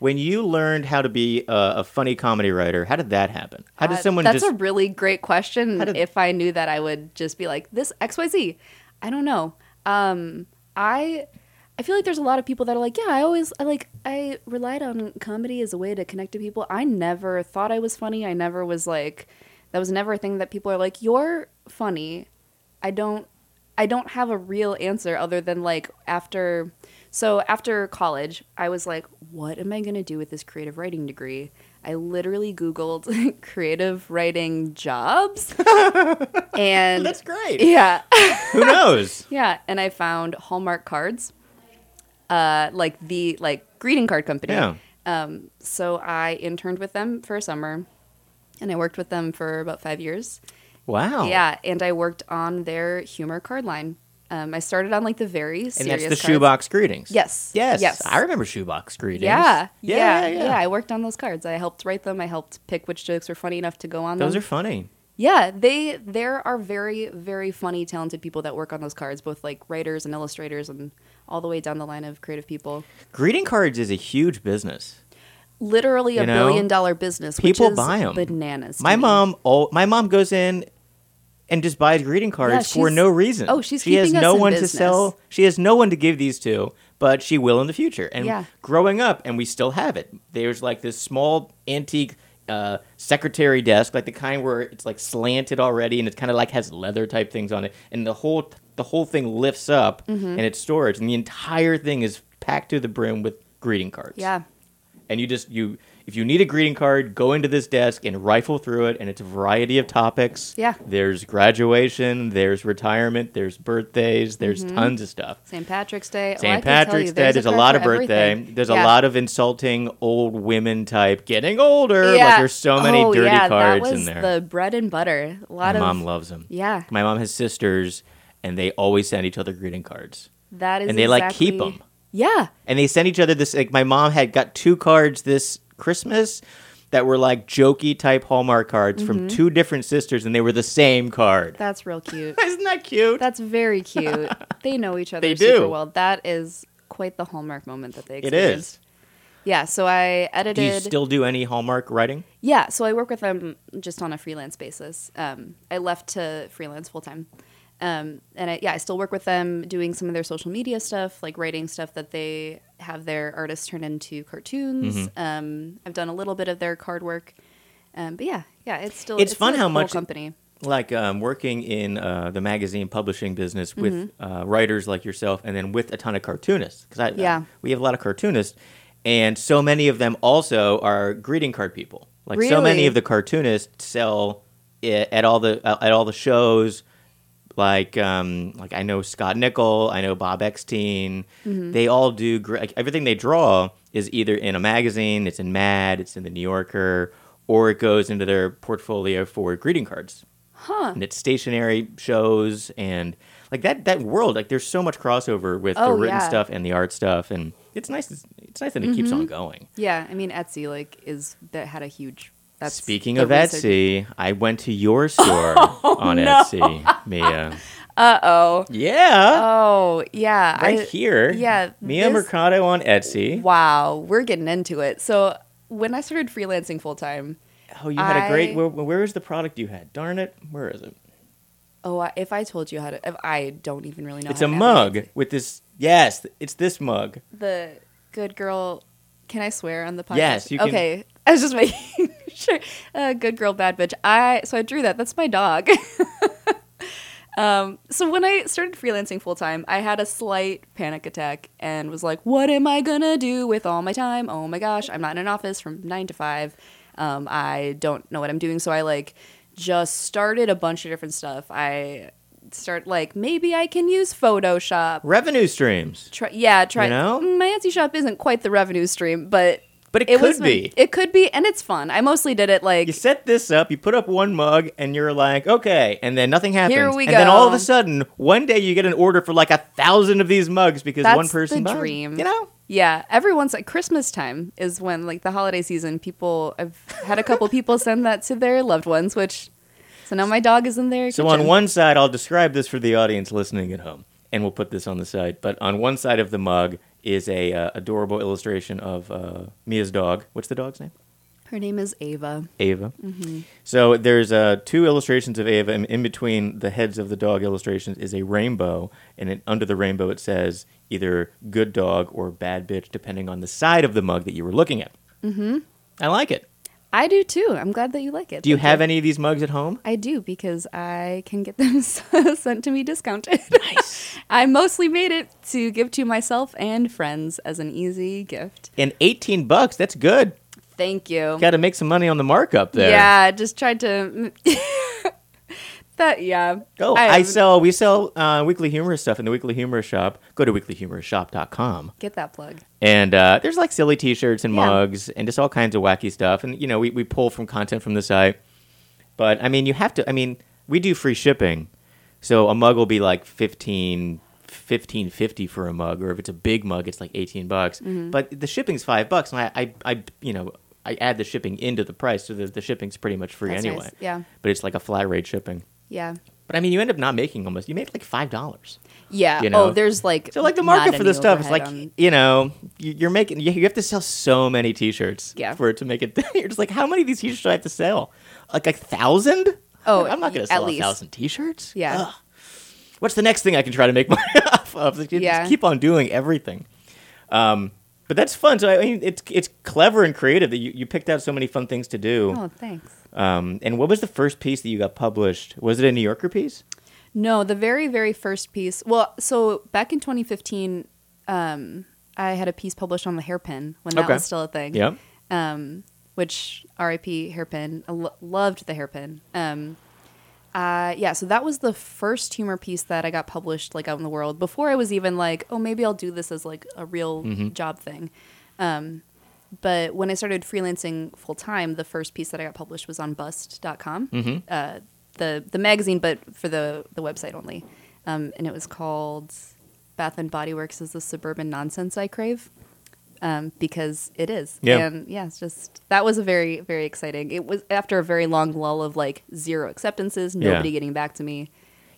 [SPEAKER 1] When you learned how to be a, a funny comedy writer, how did that happen? How did
[SPEAKER 2] Uh,
[SPEAKER 1] someone
[SPEAKER 2] That's
[SPEAKER 1] just
[SPEAKER 2] a really great question.
[SPEAKER 1] How did-
[SPEAKER 2] if I knew that, I would just be like, "This X Y Z." I don't know. Um, I I feel like there's a lot of people that are like, "Yeah, I always I like I relied on comedy as a way to connect to people. I never thought I was funny. I never was like that was never a thing that people are like, "You're funny." I don't I don't have a real answer other than like after so after college, I was like, what am I going to do with this creative writing degree? I literally googled creative writing jobs. and
[SPEAKER 1] That's great.
[SPEAKER 2] yeah.
[SPEAKER 1] Who knows?
[SPEAKER 2] Yeah, and I found Hallmark cards. Uh like the like greeting card company.
[SPEAKER 1] Yeah.
[SPEAKER 2] Um so I interned with them for a summer and I worked with them for about 5 years.
[SPEAKER 1] Wow.
[SPEAKER 2] Yeah, and I worked on their humor card line. Um, I started on like the very serious.
[SPEAKER 1] And that's the
[SPEAKER 2] cards.
[SPEAKER 1] shoebox greetings.
[SPEAKER 2] Yes.
[SPEAKER 1] Yes.
[SPEAKER 2] Yes.
[SPEAKER 1] I remember shoebox greetings.
[SPEAKER 2] Yeah,
[SPEAKER 1] Yeah.
[SPEAKER 2] yeah, yeah, I worked on those cards. I helped write them. I helped pick which jokes were funny enough to go on
[SPEAKER 1] Those
[SPEAKER 2] them.
[SPEAKER 1] are funny.
[SPEAKER 2] yeah, they there are very very funny, talented people that work on those cards, both like writers and illustrators, and all the way down the line of creative people.
[SPEAKER 1] Greeting cards is a huge business.
[SPEAKER 2] Literally a
[SPEAKER 1] You know,
[SPEAKER 2] billion dollar business.
[SPEAKER 1] people
[SPEAKER 2] which is
[SPEAKER 1] buy 'em.
[SPEAKER 2] Bananas. to
[SPEAKER 1] My
[SPEAKER 2] me.
[SPEAKER 1] mom, oh, my mom goes in and just buys greeting cards for
[SPEAKER 2] she's-
[SPEAKER 1] no reason.
[SPEAKER 2] oh, she's
[SPEAKER 1] she has
[SPEAKER 2] keeping us
[SPEAKER 1] no
[SPEAKER 2] in
[SPEAKER 1] one to
[SPEAKER 2] business.
[SPEAKER 1] sell. She has no one to give these to, but she will in the future. And
[SPEAKER 2] Yeah.
[SPEAKER 1] growing up, and we still have it. There's like this small antique uh, secretary desk, like the kind where it's like slanted already, and it's kind of like has leather type things on it, and the whole the whole thing lifts up,
[SPEAKER 2] Mm-hmm.
[SPEAKER 1] and it's storage, and the entire thing is packed to the brim with greeting cards
[SPEAKER 2] Yeah,
[SPEAKER 1] and you just you if you need a greeting card go into this desk and rifle through it and it's a variety of topics
[SPEAKER 2] Yeah.
[SPEAKER 1] there's graduation there's retirement there's birthdays there's tons of stuff
[SPEAKER 2] St. Patrick's Day. Oh, Mm-hmm. I
[SPEAKER 1] St.
[SPEAKER 2] can tell you,
[SPEAKER 1] Patrick's Day.
[SPEAKER 2] there's
[SPEAKER 1] There's a
[SPEAKER 2] card
[SPEAKER 1] lot
[SPEAKER 2] for
[SPEAKER 1] of birthday.
[SPEAKER 2] everything.
[SPEAKER 1] There's
[SPEAKER 2] Yeah.
[SPEAKER 1] a lot of insulting old women type getting older. Like there's so many
[SPEAKER 2] Oh,
[SPEAKER 1] dirty
[SPEAKER 2] yeah,
[SPEAKER 1] cards
[SPEAKER 2] that
[SPEAKER 1] in
[SPEAKER 2] was
[SPEAKER 1] there.
[SPEAKER 2] The bread and butter. A
[SPEAKER 1] My
[SPEAKER 2] lot of
[SPEAKER 1] mom loves them.
[SPEAKER 2] yeah.
[SPEAKER 1] My mom has sisters, and they always send each other greeting cards,
[SPEAKER 2] That is
[SPEAKER 1] and they like keep
[SPEAKER 2] exactly-
[SPEAKER 1] them.
[SPEAKER 2] Yeah,
[SPEAKER 1] and they sent each other this like my mom had got two cards this christmas that were like jokey type hallmark cards from two different sisters and they were the same card
[SPEAKER 2] that's real cute.
[SPEAKER 1] isn't that cute
[SPEAKER 2] that's very cute. They know each other
[SPEAKER 1] They do.
[SPEAKER 2] super well. That is quite the hallmark moment that they
[SPEAKER 1] it
[SPEAKER 2] experienced.
[SPEAKER 1] is
[SPEAKER 2] Yeah, so I edited.
[SPEAKER 1] do you still do any hallmark writing
[SPEAKER 2] Yeah, so I work with them just on a freelance basis. Um, I left to freelance full time. Um, and I, yeah, I still work with them doing some of their social media stuff, like writing stuff that they have their artists turn into cartoons.
[SPEAKER 1] Mm-hmm.
[SPEAKER 2] Um, I've done a little bit of their card work. Um, but yeah, yeah, it's still
[SPEAKER 1] It's fun
[SPEAKER 2] still a
[SPEAKER 1] how
[SPEAKER 2] cool
[SPEAKER 1] much-
[SPEAKER 2] company.
[SPEAKER 1] like um, working in uh, the magazine publishing business
[SPEAKER 2] Mm-hmm.
[SPEAKER 1] with uh, writers like yourself and then with a ton of cartoonists because I,
[SPEAKER 2] Yeah.
[SPEAKER 1] we have a lot of cartoonists and so many of them also are greeting card people like so many
[SPEAKER 2] Really?
[SPEAKER 1] of the cartoonists sell i at all the uh, at all the shows like um, like I know Scott Nickel, I know Bob Eckstein.
[SPEAKER 2] Mm-hmm.
[SPEAKER 1] They all do gr- like, everything they draw is either in a magazine, it's in Mad, it's in the New Yorker, or it goes into their portfolio for greeting cards. Huh. And it's stationary shows and like that that world like there's so much crossover with the
[SPEAKER 2] Oh,
[SPEAKER 1] written
[SPEAKER 2] yeah. Mm-hmm.
[SPEAKER 1] stuff and the art stuff and it's nice it's nice that it keeps on going.
[SPEAKER 2] Yeah, I mean Etsy like is that had a huge. That's
[SPEAKER 1] Speaking
[SPEAKER 2] the
[SPEAKER 1] of
[SPEAKER 2] research-
[SPEAKER 1] Etsy, I went to your store on Etsy, Mia.
[SPEAKER 2] Oh,
[SPEAKER 1] Yeah.
[SPEAKER 2] oh yeah,
[SPEAKER 1] right
[SPEAKER 2] I-
[SPEAKER 1] here.
[SPEAKER 2] yeah,
[SPEAKER 1] Mia
[SPEAKER 2] this-
[SPEAKER 1] Mercado on Etsy.
[SPEAKER 2] Wow, we're getting into it. So when I started freelancing full time,
[SPEAKER 1] Oh, you had a great.
[SPEAKER 2] I-
[SPEAKER 1] Where, where is the product you had? Darn it, where is it?
[SPEAKER 2] oh, I- if I told you how to, if I don't even really know.
[SPEAKER 1] It's
[SPEAKER 2] how
[SPEAKER 1] a
[SPEAKER 2] to
[SPEAKER 1] mug
[SPEAKER 2] navigate
[SPEAKER 1] with this. Yes, it's this mug.
[SPEAKER 2] The good girl. Can I swear on the podcast?
[SPEAKER 1] Yes, you can.
[SPEAKER 2] Okay, I was just making sure. Uh, good girl, bad bitch. I so I drew that. That's my dog. um, so when I started freelancing full time, I had a slight panic attack and was like, "What am I gonna do with all my time? Oh my gosh, I'm not in an office from nine to five. Um, I don't know what I'm doing." So I like just started a bunch of different stuff. I start like maybe I can use Photoshop
[SPEAKER 1] Revenue streams.
[SPEAKER 2] try, yeah, try.
[SPEAKER 1] You know?
[SPEAKER 2] Mm, My Etsy shop isn't quite the revenue stream, but
[SPEAKER 1] But it,
[SPEAKER 2] It
[SPEAKER 1] could
[SPEAKER 2] was
[SPEAKER 1] be.
[SPEAKER 2] It could be, and it's fun. I mostly did it like
[SPEAKER 1] you set this up, you put up one mug, and you're like, okay, and then nothing happens.
[SPEAKER 2] Here we
[SPEAKER 1] and then all of
[SPEAKER 2] go.
[SPEAKER 1] a sudden, one day you get an order for like a thousand of these mugs because one
[SPEAKER 2] That's
[SPEAKER 1] person
[SPEAKER 2] the
[SPEAKER 1] bought 'em.
[SPEAKER 2] dream.
[SPEAKER 1] You know?
[SPEAKER 2] Yeah, every once at Christmas time is when like the holiday season. People, I've had a couple people send that to their loved ones, which so now my dog is in there.
[SPEAKER 1] So on one side, I'll describe this for the audience listening at home, and we'll put this on the side. But on one side of the mug is a uh, adorable illustration of uh, Mia's dog. What's the dog's name?
[SPEAKER 2] her name is Ava.
[SPEAKER 1] Ava. So there's uh, two illustrations of Ava, and in between the heads of the dog illustrations is a rainbow, and it, under the rainbow it says either "good dog" or "bad bitch," depending on the side of the mug that you were looking at. Mm-hmm. I like it.
[SPEAKER 2] I do too. I'm glad that you like it.
[SPEAKER 1] Do you
[SPEAKER 2] Thank
[SPEAKER 1] have any of these mugs at home?
[SPEAKER 2] I do because I can get them sent to me discounted.
[SPEAKER 1] Nice.
[SPEAKER 2] I mostly made it to give to myself and friends as an easy gift.
[SPEAKER 1] and 18 bucks. That's good.
[SPEAKER 2] Thank you.
[SPEAKER 1] Got to make some money on the markup there.
[SPEAKER 2] Yeah, I just tried to. that yeah.
[SPEAKER 1] Oh, I,
[SPEAKER 2] am-
[SPEAKER 1] sell. We sell uh, weekly humorous stuff in the Weekly Humorous Shop. Go to weeklyhumorousshop.com.
[SPEAKER 2] get that plug.
[SPEAKER 1] And uh, there's like silly T-shirts and
[SPEAKER 2] Yeah.
[SPEAKER 1] mugs and just all kinds of wacky stuff. And you know, we, we pull from content from the site. But I mean, you have to. I mean, we do free shipping, so a mug will be like 15 15.50 for a mug, or if it's a big mug, it's like eighteen bucks.
[SPEAKER 2] Mm-hmm.
[SPEAKER 1] But the shipping's five bucks, and I, I I you know I add the shipping into the price, so the, the shipping's pretty much free
[SPEAKER 2] That's nice,
[SPEAKER 1] anyway.
[SPEAKER 2] yeah.
[SPEAKER 1] But it's like a flat rate shipping.
[SPEAKER 2] Yeah.
[SPEAKER 1] But I mean, you end up not making almost. You make like five dollars.
[SPEAKER 2] Yeah.
[SPEAKER 1] You know?
[SPEAKER 2] Oh, there's like
[SPEAKER 1] So like the
[SPEAKER 2] not
[SPEAKER 1] market for
[SPEAKER 2] any
[SPEAKER 1] this stuff is like
[SPEAKER 2] overhead on-
[SPEAKER 1] you know you- you're making you you have to sell so many T-shirts
[SPEAKER 2] Yeah.
[SPEAKER 1] for it to make it. You're just like how many of these T-shirts do I have to sell? Like a thousand?
[SPEAKER 2] Oh,
[SPEAKER 1] I'm not gonna
[SPEAKER 2] at
[SPEAKER 1] sell a
[SPEAKER 2] least.
[SPEAKER 1] thousand T-shirts.
[SPEAKER 2] Yeah.
[SPEAKER 1] Ugh. What's the next thing I can try to make money off of? Like, you
[SPEAKER 2] Yeah.
[SPEAKER 1] Just keep on doing everything. Um, but that's fun. So I mean, it's it's clever and creative that you, you picked out so many fun things to do.
[SPEAKER 2] Oh, thanks.
[SPEAKER 1] Um, and what was the first piece that you got published? Was it a New Yorker piece?
[SPEAKER 2] No, the very very first piece. Well, so back in 2015, um, I had a piece published on the hairpin when that
[SPEAKER 1] Okay.
[SPEAKER 2] was still a thing.
[SPEAKER 1] Yeah.
[SPEAKER 2] um, which R.I.P. Hairpin. I lo- loved the Hairpin. Um, uh, yeah, so that was the first humor piece that I got published like out in the world before I was even like, oh, maybe I'll do this as like a real job thing. Um, but when I started freelancing full time, the first piece that I got published was on Bust.com, uh, the the magazine, but for the the website only, um, and it was called Bath and Body Works is the suburban nonsense I crave um, because it is.
[SPEAKER 1] Yeah.
[SPEAKER 2] And yeah, it's just that was a very, very exciting. It was after a very long lull of like zero acceptances,
[SPEAKER 1] Yeah.
[SPEAKER 2] nobody getting back to me.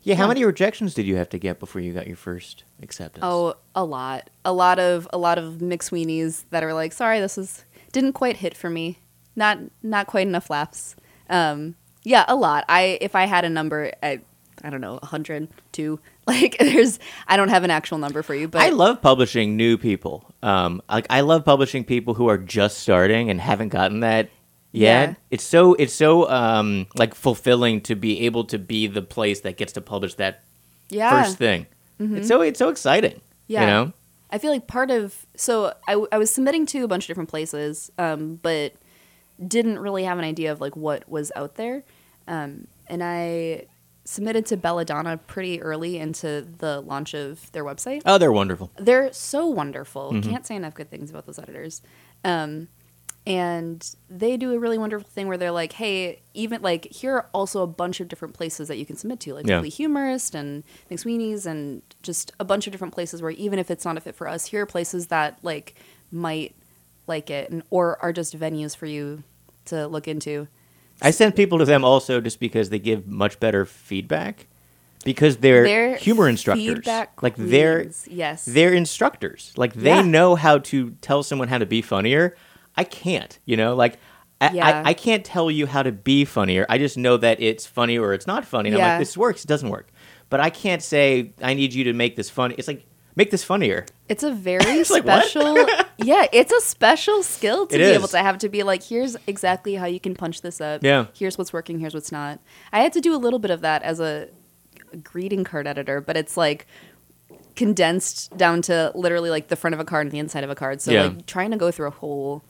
[SPEAKER 1] Yeah. How
[SPEAKER 2] Yeah.
[SPEAKER 1] many rejections did you have to get before you got your first acceptance?
[SPEAKER 2] Oh, a lot. A lot of a lot of McSweeney's that are like, sorry, this was didn't quite hit for me. Not not quite enough laughs. Um, yeah, a lot. I if I had a number I I don't know, 100, 2. Like there's I don't have an actual number for you, but
[SPEAKER 1] I love publishing new people. Um, like I love publishing people who are just starting and haven't gotten that yet.
[SPEAKER 2] Yeah.
[SPEAKER 1] It's so it's so um like fulfilling to be able to be the place that gets to publish that
[SPEAKER 2] yeah. Mm-hmm.
[SPEAKER 1] first thing. It's so it's so exciting. You
[SPEAKER 2] Yeah.
[SPEAKER 1] know?
[SPEAKER 2] I feel like part of so I, w- I was submitting to a bunch of different places, um, but didn't really have an idea of like what was out there. Um, and I submitted to Belladonna pretty early into the launch of their website.
[SPEAKER 1] Oh, they're wonderful.
[SPEAKER 2] They're so wonderful.
[SPEAKER 1] Mm-hmm.
[SPEAKER 2] Can't say enough good things about those editors. Um, and they do a really wonderful thing where they're like, hey, even like here are also a bunch of different places that you can submit to, like
[SPEAKER 1] Yeah.
[SPEAKER 2] Weekly Humorist and McSweeney's and just a bunch of different places where even if it's not a fit for us, here are places that like might like it and or are just venues for you to look into.
[SPEAKER 1] I send people to them also just because they give much better feedback because they're,
[SPEAKER 2] They're
[SPEAKER 1] humor instructors.
[SPEAKER 2] feedback
[SPEAKER 1] like they're
[SPEAKER 2] queens. yes.
[SPEAKER 1] they're instructors. Like they
[SPEAKER 2] Yeah.
[SPEAKER 1] know how to tell someone how to be funnier. I can't, you know, like I,
[SPEAKER 2] Yeah.
[SPEAKER 1] I, I can't tell you how to be funnier. I just know that it's funny or it's not funny. And I'm
[SPEAKER 2] Yeah.
[SPEAKER 1] like, this works, it doesn't work. But I can't say I need you to make this funny. It's like make this funnier.
[SPEAKER 2] It's a very
[SPEAKER 1] like, what?
[SPEAKER 2] special. yeah, it's a special skill to
[SPEAKER 1] It
[SPEAKER 2] be
[SPEAKER 1] is.
[SPEAKER 2] able to have to be like, here's exactly how you can punch this up.
[SPEAKER 1] Yeah.
[SPEAKER 2] Here's what's working. Here's what's not. I had to do a little bit of that as a greeting card editor, but it's like condensed down to literally like the front of a card and the inside of a card. So
[SPEAKER 1] Yeah.
[SPEAKER 2] like trying to go through a whole.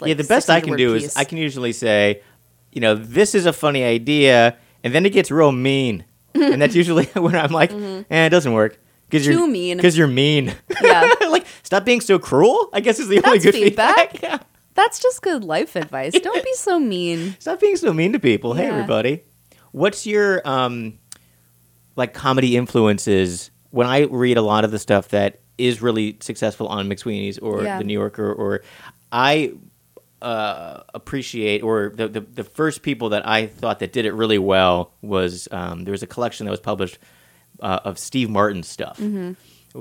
[SPEAKER 2] Like,
[SPEAKER 1] yeah, the best I
[SPEAKER 2] 600
[SPEAKER 1] can
[SPEAKER 2] word
[SPEAKER 1] do is
[SPEAKER 2] piece.
[SPEAKER 1] I can usually say, you know, this is a funny idea, and then it gets real mean, and that's usually when I'm like, eh, it doesn't work because you're
[SPEAKER 2] Mm-hmm. Too mean.
[SPEAKER 1] because you're mean.
[SPEAKER 2] Yeah.
[SPEAKER 1] like stop being so cruel. I guess is the only
[SPEAKER 2] That's
[SPEAKER 1] good
[SPEAKER 2] feedback.
[SPEAKER 1] feedback. Yeah.
[SPEAKER 2] That's just good life advice. Don't be so mean.
[SPEAKER 1] Stop being so mean to people. Hey,
[SPEAKER 2] Yeah.
[SPEAKER 1] everybody. What's your um, like comedy influences? When I read a lot of the stuff that is really successful on McSweeney's or
[SPEAKER 2] Yeah.
[SPEAKER 1] The New Yorker, or I uh, appreciate, or the, the the first people that I thought that did it really well was um, there was a collection that was published uh, of Steve Martin stuff.
[SPEAKER 2] Mm-hmm.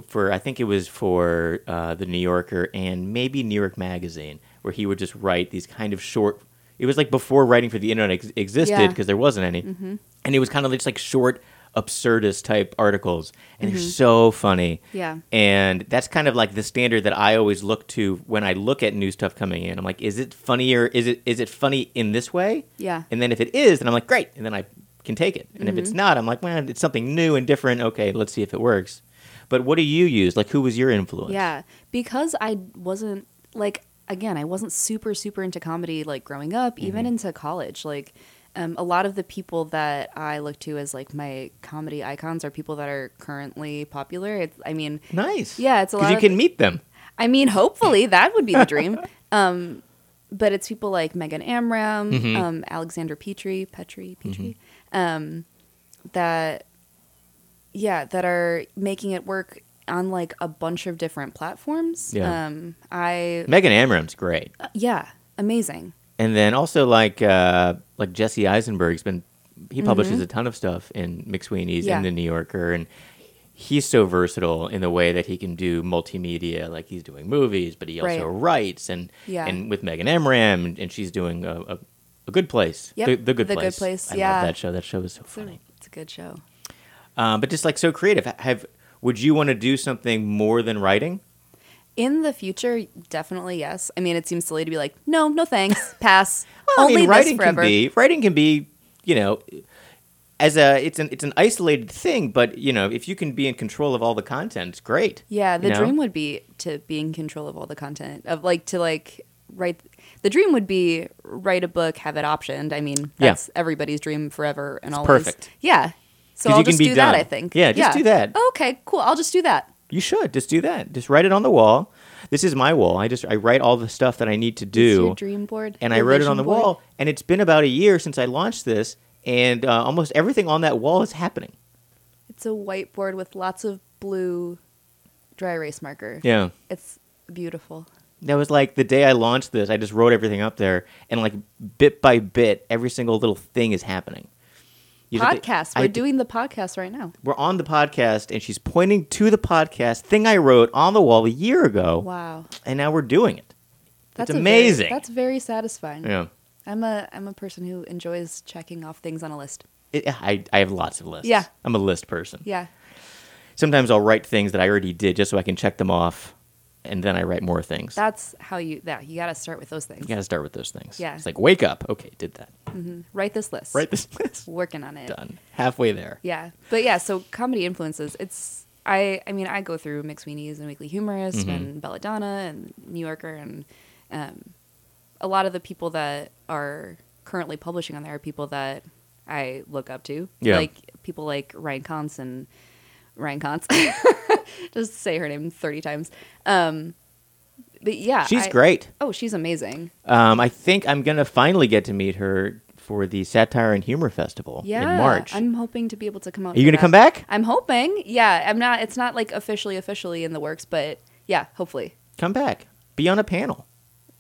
[SPEAKER 1] For I think it was for uh, the New Yorker and maybe New York Magazine, where he would just write these kind of short. It was like before writing for the internet ex- existed
[SPEAKER 2] Yeah. Mm-hmm.
[SPEAKER 1] because there wasn't any, and it was kind of just like short absurdist type articles, and they're so funny.
[SPEAKER 2] Mm-hmm. Yeah.
[SPEAKER 1] And that's kind of like the standard that I always look to when I look at new stuff coming in. I'm like, is it funnier? Is it is it funny in this way?
[SPEAKER 2] Yeah.
[SPEAKER 1] And then if it is, then I'm like, great. And then I can take it. And if it's
[SPEAKER 2] Mm-hmm.
[SPEAKER 1] not, I'm like, man, it's something new and different. Okay, let's see if it works. But what do you use? Like, who was your influence?
[SPEAKER 2] Yeah, because I wasn't like again, I wasn't super super into comedy like growing up, even into college. Like um, a lot of the people that I look to as like my comedy icons are people that are currently popular. It's, I mean,
[SPEAKER 1] Nice.
[SPEAKER 2] Yeah, it's a
[SPEAKER 1] Because
[SPEAKER 2] lot
[SPEAKER 1] you
[SPEAKER 2] of-
[SPEAKER 1] can meet them.
[SPEAKER 2] I mean, hopefully that would be the dream. Um, but it's people like Megan Amram,
[SPEAKER 1] Mm-hmm.
[SPEAKER 2] um, Alexander Petrie, Petrie, Petrie, um, that, yeah, that are making it work on like a bunch of different platforms.
[SPEAKER 1] Yeah.
[SPEAKER 2] Um, I,
[SPEAKER 1] Megan Amram's great,
[SPEAKER 2] yeah, amazing.
[SPEAKER 1] and then also like uh, like Jesse Eisenberg's been he publishes a ton of stuff in McSweeney's
[SPEAKER 2] Mm-hmm. Yeah.
[SPEAKER 1] and the New Yorker, and he's so versatile in the way that he can do multimedia. Like he's doing movies, but he also
[SPEAKER 2] Right.
[SPEAKER 1] writes, and
[SPEAKER 2] Yeah.
[SPEAKER 1] and with Megan Amram, and, and she's doing a, a, a good place.
[SPEAKER 2] Yep,
[SPEAKER 1] The, the good
[SPEAKER 2] The Good
[SPEAKER 1] place.
[SPEAKER 2] Place,
[SPEAKER 1] I
[SPEAKER 2] yeah.
[SPEAKER 1] love that show. That show is so
[SPEAKER 2] It's a,
[SPEAKER 1] funny.
[SPEAKER 2] it's a good show.
[SPEAKER 1] Um, but just like so creative. Have would you want to do something more than writing?
[SPEAKER 2] In the future, definitely yes. I mean, it seems silly to be like, no, no thanks, pass.
[SPEAKER 1] Well,
[SPEAKER 2] Only
[SPEAKER 1] I mean,
[SPEAKER 2] this
[SPEAKER 1] writing
[SPEAKER 2] forever.
[SPEAKER 1] can be writing can be you know as a it's an it's an isolated thing, but you know if you can be in control of all the content, it's great.
[SPEAKER 2] Yeah,
[SPEAKER 1] you
[SPEAKER 2] the
[SPEAKER 1] know?
[SPEAKER 2] dream would be to be in control of all the content of like to like write. The dream would be write a book, have it optioned. I mean,
[SPEAKER 1] Yeah.
[SPEAKER 2] that's everybody's dream forever and always.
[SPEAKER 1] perfect.
[SPEAKER 2] Yeah. So
[SPEAKER 1] 'Cause
[SPEAKER 2] I'll
[SPEAKER 1] you can
[SPEAKER 2] just
[SPEAKER 1] be
[SPEAKER 2] do that.
[SPEAKER 1] done.
[SPEAKER 2] I think. Oh,
[SPEAKER 1] Yeah, just do that.
[SPEAKER 2] Okay, cool. I'll just do that.
[SPEAKER 1] You should just do that. Just write it on the wall. This is my wall. I just I write all the stuff that I need to
[SPEAKER 2] It's
[SPEAKER 1] do,
[SPEAKER 2] your dream board.
[SPEAKER 1] and I
[SPEAKER 2] your
[SPEAKER 1] wrote it
[SPEAKER 2] vision
[SPEAKER 1] on the
[SPEAKER 2] board.
[SPEAKER 1] wall. And it's been about a year since I launched this, and uh, almost everything on that wall is happening.
[SPEAKER 2] It's a whiteboard with lots of blue dry erase marker.
[SPEAKER 1] Yeah.
[SPEAKER 2] It's beautiful.
[SPEAKER 1] That was like the day I launched this. I just wrote everything up there, and like bit by bit, every single little thing is happening. You just have to-
[SPEAKER 2] podcast.
[SPEAKER 1] I
[SPEAKER 2] We're
[SPEAKER 1] had to-
[SPEAKER 2] doing the podcast right now.
[SPEAKER 1] We're on the podcast, and she's pointing to the podcast thing I wrote on the wall a year ago,
[SPEAKER 2] Wow.
[SPEAKER 1] and now we're doing it.
[SPEAKER 2] That's
[SPEAKER 1] That's
[SPEAKER 2] a very-
[SPEAKER 1] amazing.
[SPEAKER 2] that's very satisfying.
[SPEAKER 1] yeah,
[SPEAKER 2] I'm a I'm a person who enjoys checking off things on a list.
[SPEAKER 1] It- I I have lots of lists.
[SPEAKER 2] Yeah.
[SPEAKER 1] I'm a list person.
[SPEAKER 2] Yeah.
[SPEAKER 1] Sometimes I'll write things that I already did just so I can check them off, and then I write more things.
[SPEAKER 2] That's how you that you got to start with those things.
[SPEAKER 1] you got to start with those things.
[SPEAKER 2] Yeah.
[SPEAKER 1] it's like wake up. Okay, did that.
[SPEAKER 2] Write this list.
[SPEAKER 1] Write this list.
[SPEAKER 2] Working on it.
[SPEAKER 1] Done. Halfway there.
[SPEAKER 2] Yeah. But yeah, so comedy influences. It's I I mean, I go through McSweeney's and Weekly Humorist
[SPEAKER 1] Mm-hmm.
[SPEAKER 2] and Belladonna and New Yorker and um, a lot of the people that are currently publishing on there are people that I look up to.
[SPEAKER 1] Yeah.
[SPEAKER 2] Like people like Ryan Kantz and Ryan Kantz. Just say her name 30 times. Um but yeah.
[SPEAKER 1] She's
[SPEAKER 2] I-
[SPEAKER 1] great.
[SPEAKER 2] Oh, she's amazing.
[SPEAKER 1] Um, I think I'm gonna finally get to meet her for the Satire and Humor Festival
[SPEAKER 2] yeah,
[SPEAKER 1] in March.
[SPEAKER 2] I'm hoping to be able to come out.
[SPEAKER 1] Are you gonna
[SPEAKER 2] for that.
[SPEAKER 1] come back?
[SPEAKER 2] I'm hoping. Yeah, I'm not. It's not like officially, officially in the works, but yeah, hopefully.
[SPEAKER 1] Come back. Be on a panel.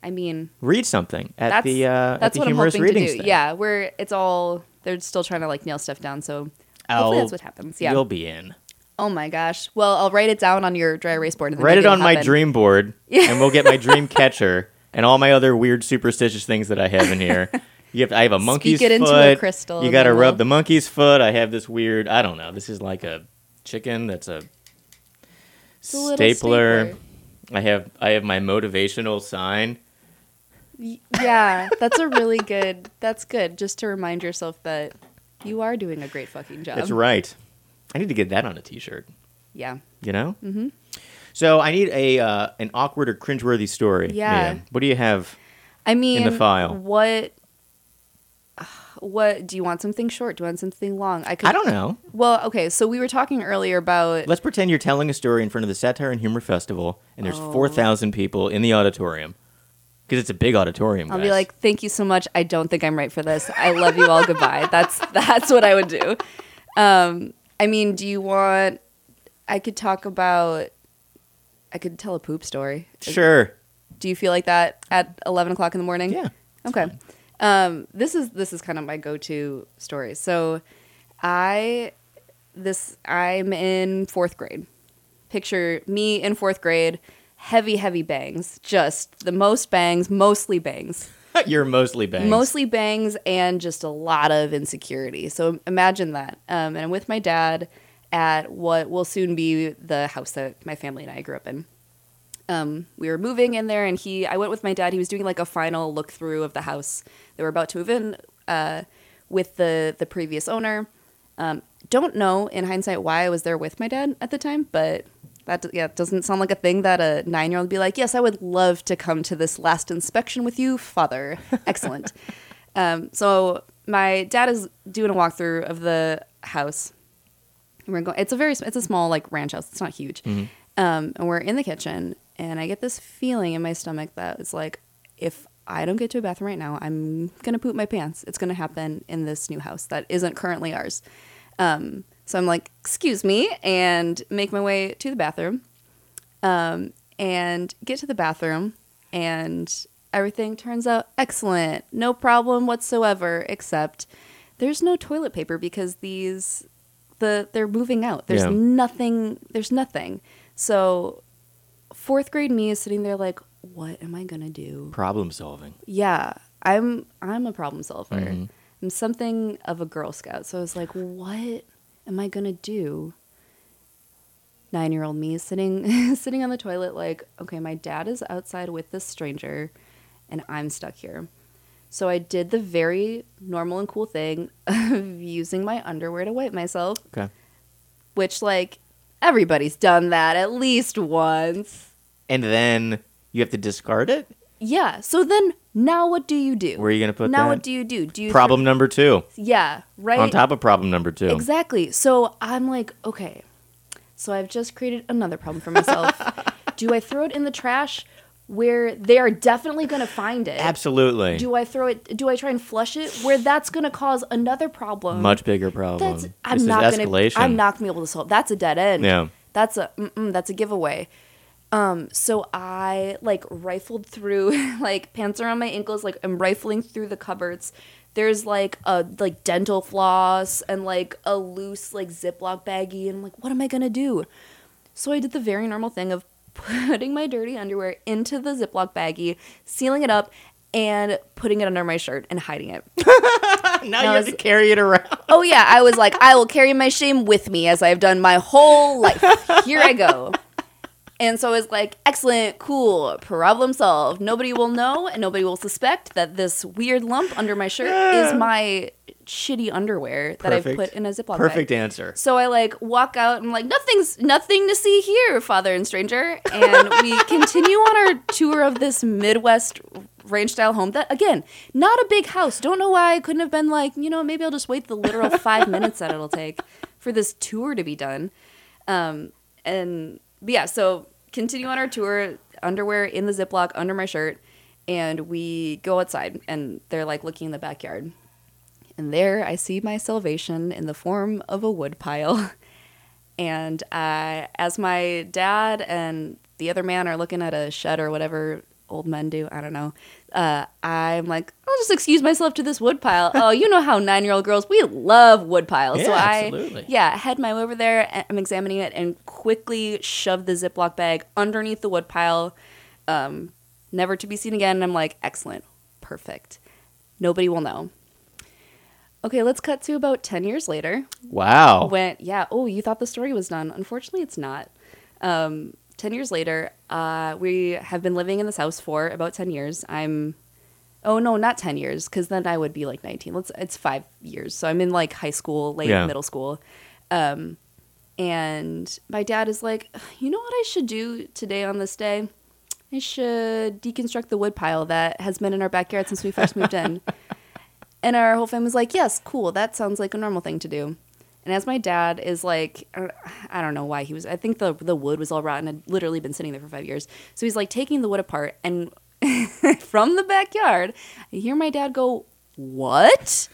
[SPEAKER 2] I mean,
[SPEAKER 1] Read something at
[SPEAKER 2] that's
[SPEAKER 1] the uh, at
[SPEAKER 2] that's
[SPEAKER 1] the
[SPEAKER 2] what I'm
[SPEAKER 1] humorous
[SPEAKER 2] hoping to
[SPEAKER 1] readings.
[SPEAKER 2] do.
[SPEAKER 1] thing.
[SPEAKER 2] Yeah, we're it's all they're still trying to like nail stuff down. So hopefully
[SPEAKER 1] I'll-
[SPEAKER 2] that's what happens. Yeah.
[SPEAKER 1] You'll be in.
[SPEAKER 2] Oh my gosh. Well, I'll write it down on your dry erase board. And then
[SPEAKER 1] Write
[SPEAKER 2] maybe
[SPEAKER 1] it on
[SPEAKER 2] it'll
[SPEAKER 1] my
[SPEAKER 2] happen.
[SPEAKER 1] dream board, and we'll get my dream catcher and all my other weird superstitious things that I have in here. You have, I have a monkey's
[SPEAKER 2] it
[SPEAKER 1] foot.
[SPEAKER 2] into a crystal,
[SPEAKER 1] You
[SPEAKER 2] and
[SPEAKER 1] got to
[SPEAKER 2] then
[SPEAKER 1] rub
[SPEAKER 2] we'll-
[SPEAKER 1] the monkey's foot. I have this weird. I don't know. This is like a chicken. That's a
[SPEAKER 2] a little
[SPEAKER 1] stapler.
[SPEAKER 2] stapler.
[SPEAKER 1] I have I have my motivational sign.
[SPEAKER 2] Y- Yeah, that's a really good. That's good. Just to remind yourself that you are doing a great fucking job.
[SPEAKER 1] That's right. I need to get that on a T-shirt.
[SPEAKER 2] Yeah.
[SPEAKER 1] You know. Mm-hmm. So I need a uh, an awkward or cringeworthy story.
[SPEAKER 2] Yeah.
[SPEAKER 1] Mia. What do you have?
[SPEAKER 2] I mean,
[SPEAKER 1] file.
[SPEAKER 2] What? What do you want? Something short? Do you want something long? I could.
[SPEAKER 1] I don't know.
[SPEAKER 2] Well, okay. So we were talking earlier about.
[SPEAKER 1] Let's pretend you're telling a story in front of the Satire and Humor Festival, and there's
[SPEAKER 2] Oh.
[SPEAKER 1] 4,000 people in the auditorium. because it's a big auditorium.
[SPEAKER 2] I'll be
[SPEAKER 1] guys.
[SPEAKER 2] like, "Thank you so much. I don't think I'm right for this. I love you all. Goodbye." That's that's what I would do. Um, I mean, do you want? I could talk about. I could tell a poop story.
[SPEAKER 1] sure.
[SPEAKER 2] Do you feel like that at eleven o'clock in the morning?
[SPEAKER 1] Yeah.
[SPEAKER 2] Okay. Um, this is this is kind of my go-to story. So, I this I'm in fourth grade. Picture me in fourth grade, heavy heavy bangs, just the most bangs, mostly bangs,
[SPEAKER 1] You're mostly bangs.
[SPEAKER 2] mostly bangs, and just a lot of insecurity. So imagine that. Um, and I'm with my dad at what will soon be the house that my family and I grew up in um, we were moving in there, and he, I went with my dad. He was doing like a final look through of the house that we're about to move in uh, with the the previous owner. Um, don't know in hindsight why I was there with my dad at the time, but that d- yeah doesn't sound like a thing that a nine year old would be like. Yes, I would love to come to this last inspection with you, father. Excellent. um, so my dad is doing a walkthrough of the house. And we're going. It's a very sm- it's a small like ranch house. It's not huge. Um, and we're in the kitchen, and I get this feeling in my stomach that it's like, if I don't get to a bathroom right now, I'm gonna poop my pants. It's gonna happen in this new house that isn't currently ours. Um, so I'm like, excuse me, and make my way to the bathroom. Um, and get to the bathroom, and everything turns out excellent. No problem whatsoever, except there's no toilet paper because these the they're moving out. There's
[SPEAKER 1] Yeah.
[SPEAKER 2] nothing. There's nothing. So fourth grade me is sitting there like, what am I gonna do?
[SPEAKER 1] Problem solving.
[SPEAKER 2] Yeah, I'm I'm a problem solver.
[SPEAKER 1] Mm-hmm.
[SPEAKER 2] I'm something of a Girl Scout. So I was like, what am I gonna do? Nine year old me is sitting sitting on the toilet like, okay, my dad is outside with this stranger and I'm stuck here. So I did the very normal and cool thing of using my underwear to wipe myself
[SPEAKER 1] Okay.
[SPEAKER 2] which like everybody's done that at least once.
[SPEAKER 1] And then you have to discard it.
[SPEAKER 2] Yeah. So then now what do you do?
[SPEAKER 1] Where are you going to put
[SPEAKER 2] now
[SPEAKER 1] that?
[SPEAKER 2] what do you do? Do you
[SPEAKER 1] problem number two
[SPEAKER 2] yeah. Right.
[SPEAKER 1] on top of problem number two.
[SPEAKER 2] Exactly. So I'm like, okay. So I've just created another problem for myself. do I throw it in the trash where they are definitely going to find it?
[SPEAKER 1] Absolutely.
[SPEAKER 2] Do I throw it? Do I try and flush it where that's going to cause another problem?
[SPEAKER 1] Much bigger problem.
[SPEAKER 2] That's I'm
[SPEAKER 1] this
[SPEAKER 2] not
[SPEAKER 1] is
[SPEAKER 2] gonna.
[SPEAKER 1] escalation.
[SPEAKER 2] I'm not gonna be able to solve. That's a dead end.
[SPEAKER 1] Yeah.
[SPEAKER 2] That's a mm-mm, that's a giveaway. Um. So I like rifled through like pants around my ankles. Like I'm rifling through the cupboards. There's like a like dental floss and like a loose like Ziploc baggie. And I'm like, what am I gonna do? So I did the very normal thing of putting my dirty underwear into the Ziploc baggie, sealing it up, and putting it under my shirt and hiding it.
[SPEAKER 1] now
[SPEAKER 2] No,
[SPEAKER 1] you have to
[SPEAKER 2] it's-
[SPEAKER 1] carry it around.
[SPEAKER 2] Oh yeah, I was like, I will carry my shame with me as I have done my whole life. Here I go. And so I was like, excellent, cool, problem solved. Nobody will know and nobody will suspect that this weird lump under my shirt is my shitty underwear that I've
[SPEAKER 1] Perfect.
[SPEAKER 2] put in a Ziploc
[SPEAKER 1] Perfect
[SPEAKER 2] bag.
[SPEAKER 1] answer.
[SPEAKER 2] So I like walk out and I'm like, nothing's nothing to see here, father and stranger. And we continue on our tour of this Midwest ranch style home that again, not a big house. Don't know why I couldn't have been like, you know, maybe I'll just wait the literal five minutes that it'll take for this tour to be done. Um, and but yeah, so continue on our tour, underwear in the Ziploc under my shirt, and we go outside and they're like looking in the backyard. And there I see my salvation in the form of a woodpile. And uh, as my dad and the other man are looking at a shed or whatever old men do, I don't know, uh, I'm like, I'll just excuse myself to this woodpile. oh, you know how nine year old girls, we love woodpiles. so
[SPEAKER 1] Yeah,
[SPEAKER 2] I,
[SPEAKER 1] absolutely.
[SPEAKER 2] yeah, head my way over there. and I'm examining it and quickly shove the Ziploc bag underneath the woodpile, um, never to be seen again. And I'm like, excellent, perfect. Nobody will know. Okay, let's cut to about 10 years later
[SPEAKER 1] Wow.
[SPEAKER 2] went, yeah, oh, you thought the story was done. Unfortunately, it's not. Um, 10 years later, uh, we have been living in this house for about 10 years. I'm, oh no, not 10 years, because then I would be like 19. Let's, it's five years. So I'm in like high school, late
[SPEAKER 1] Yeah.
[SPEAKER 2] middle school. Um, and my dad is like, you know what I should do today on this day? I should deconstruct the wood pile that has been in our backyard since we first moved in. And our whole family's like, yes, cool. That sounds like a normal thing to do. And as my dad is like, I don't- I don't know why he was. I think the the wood was all rotten. Had literally been sitting there for five years. So he's like taking the wood apart and from the backyard. I hear my dad go, What?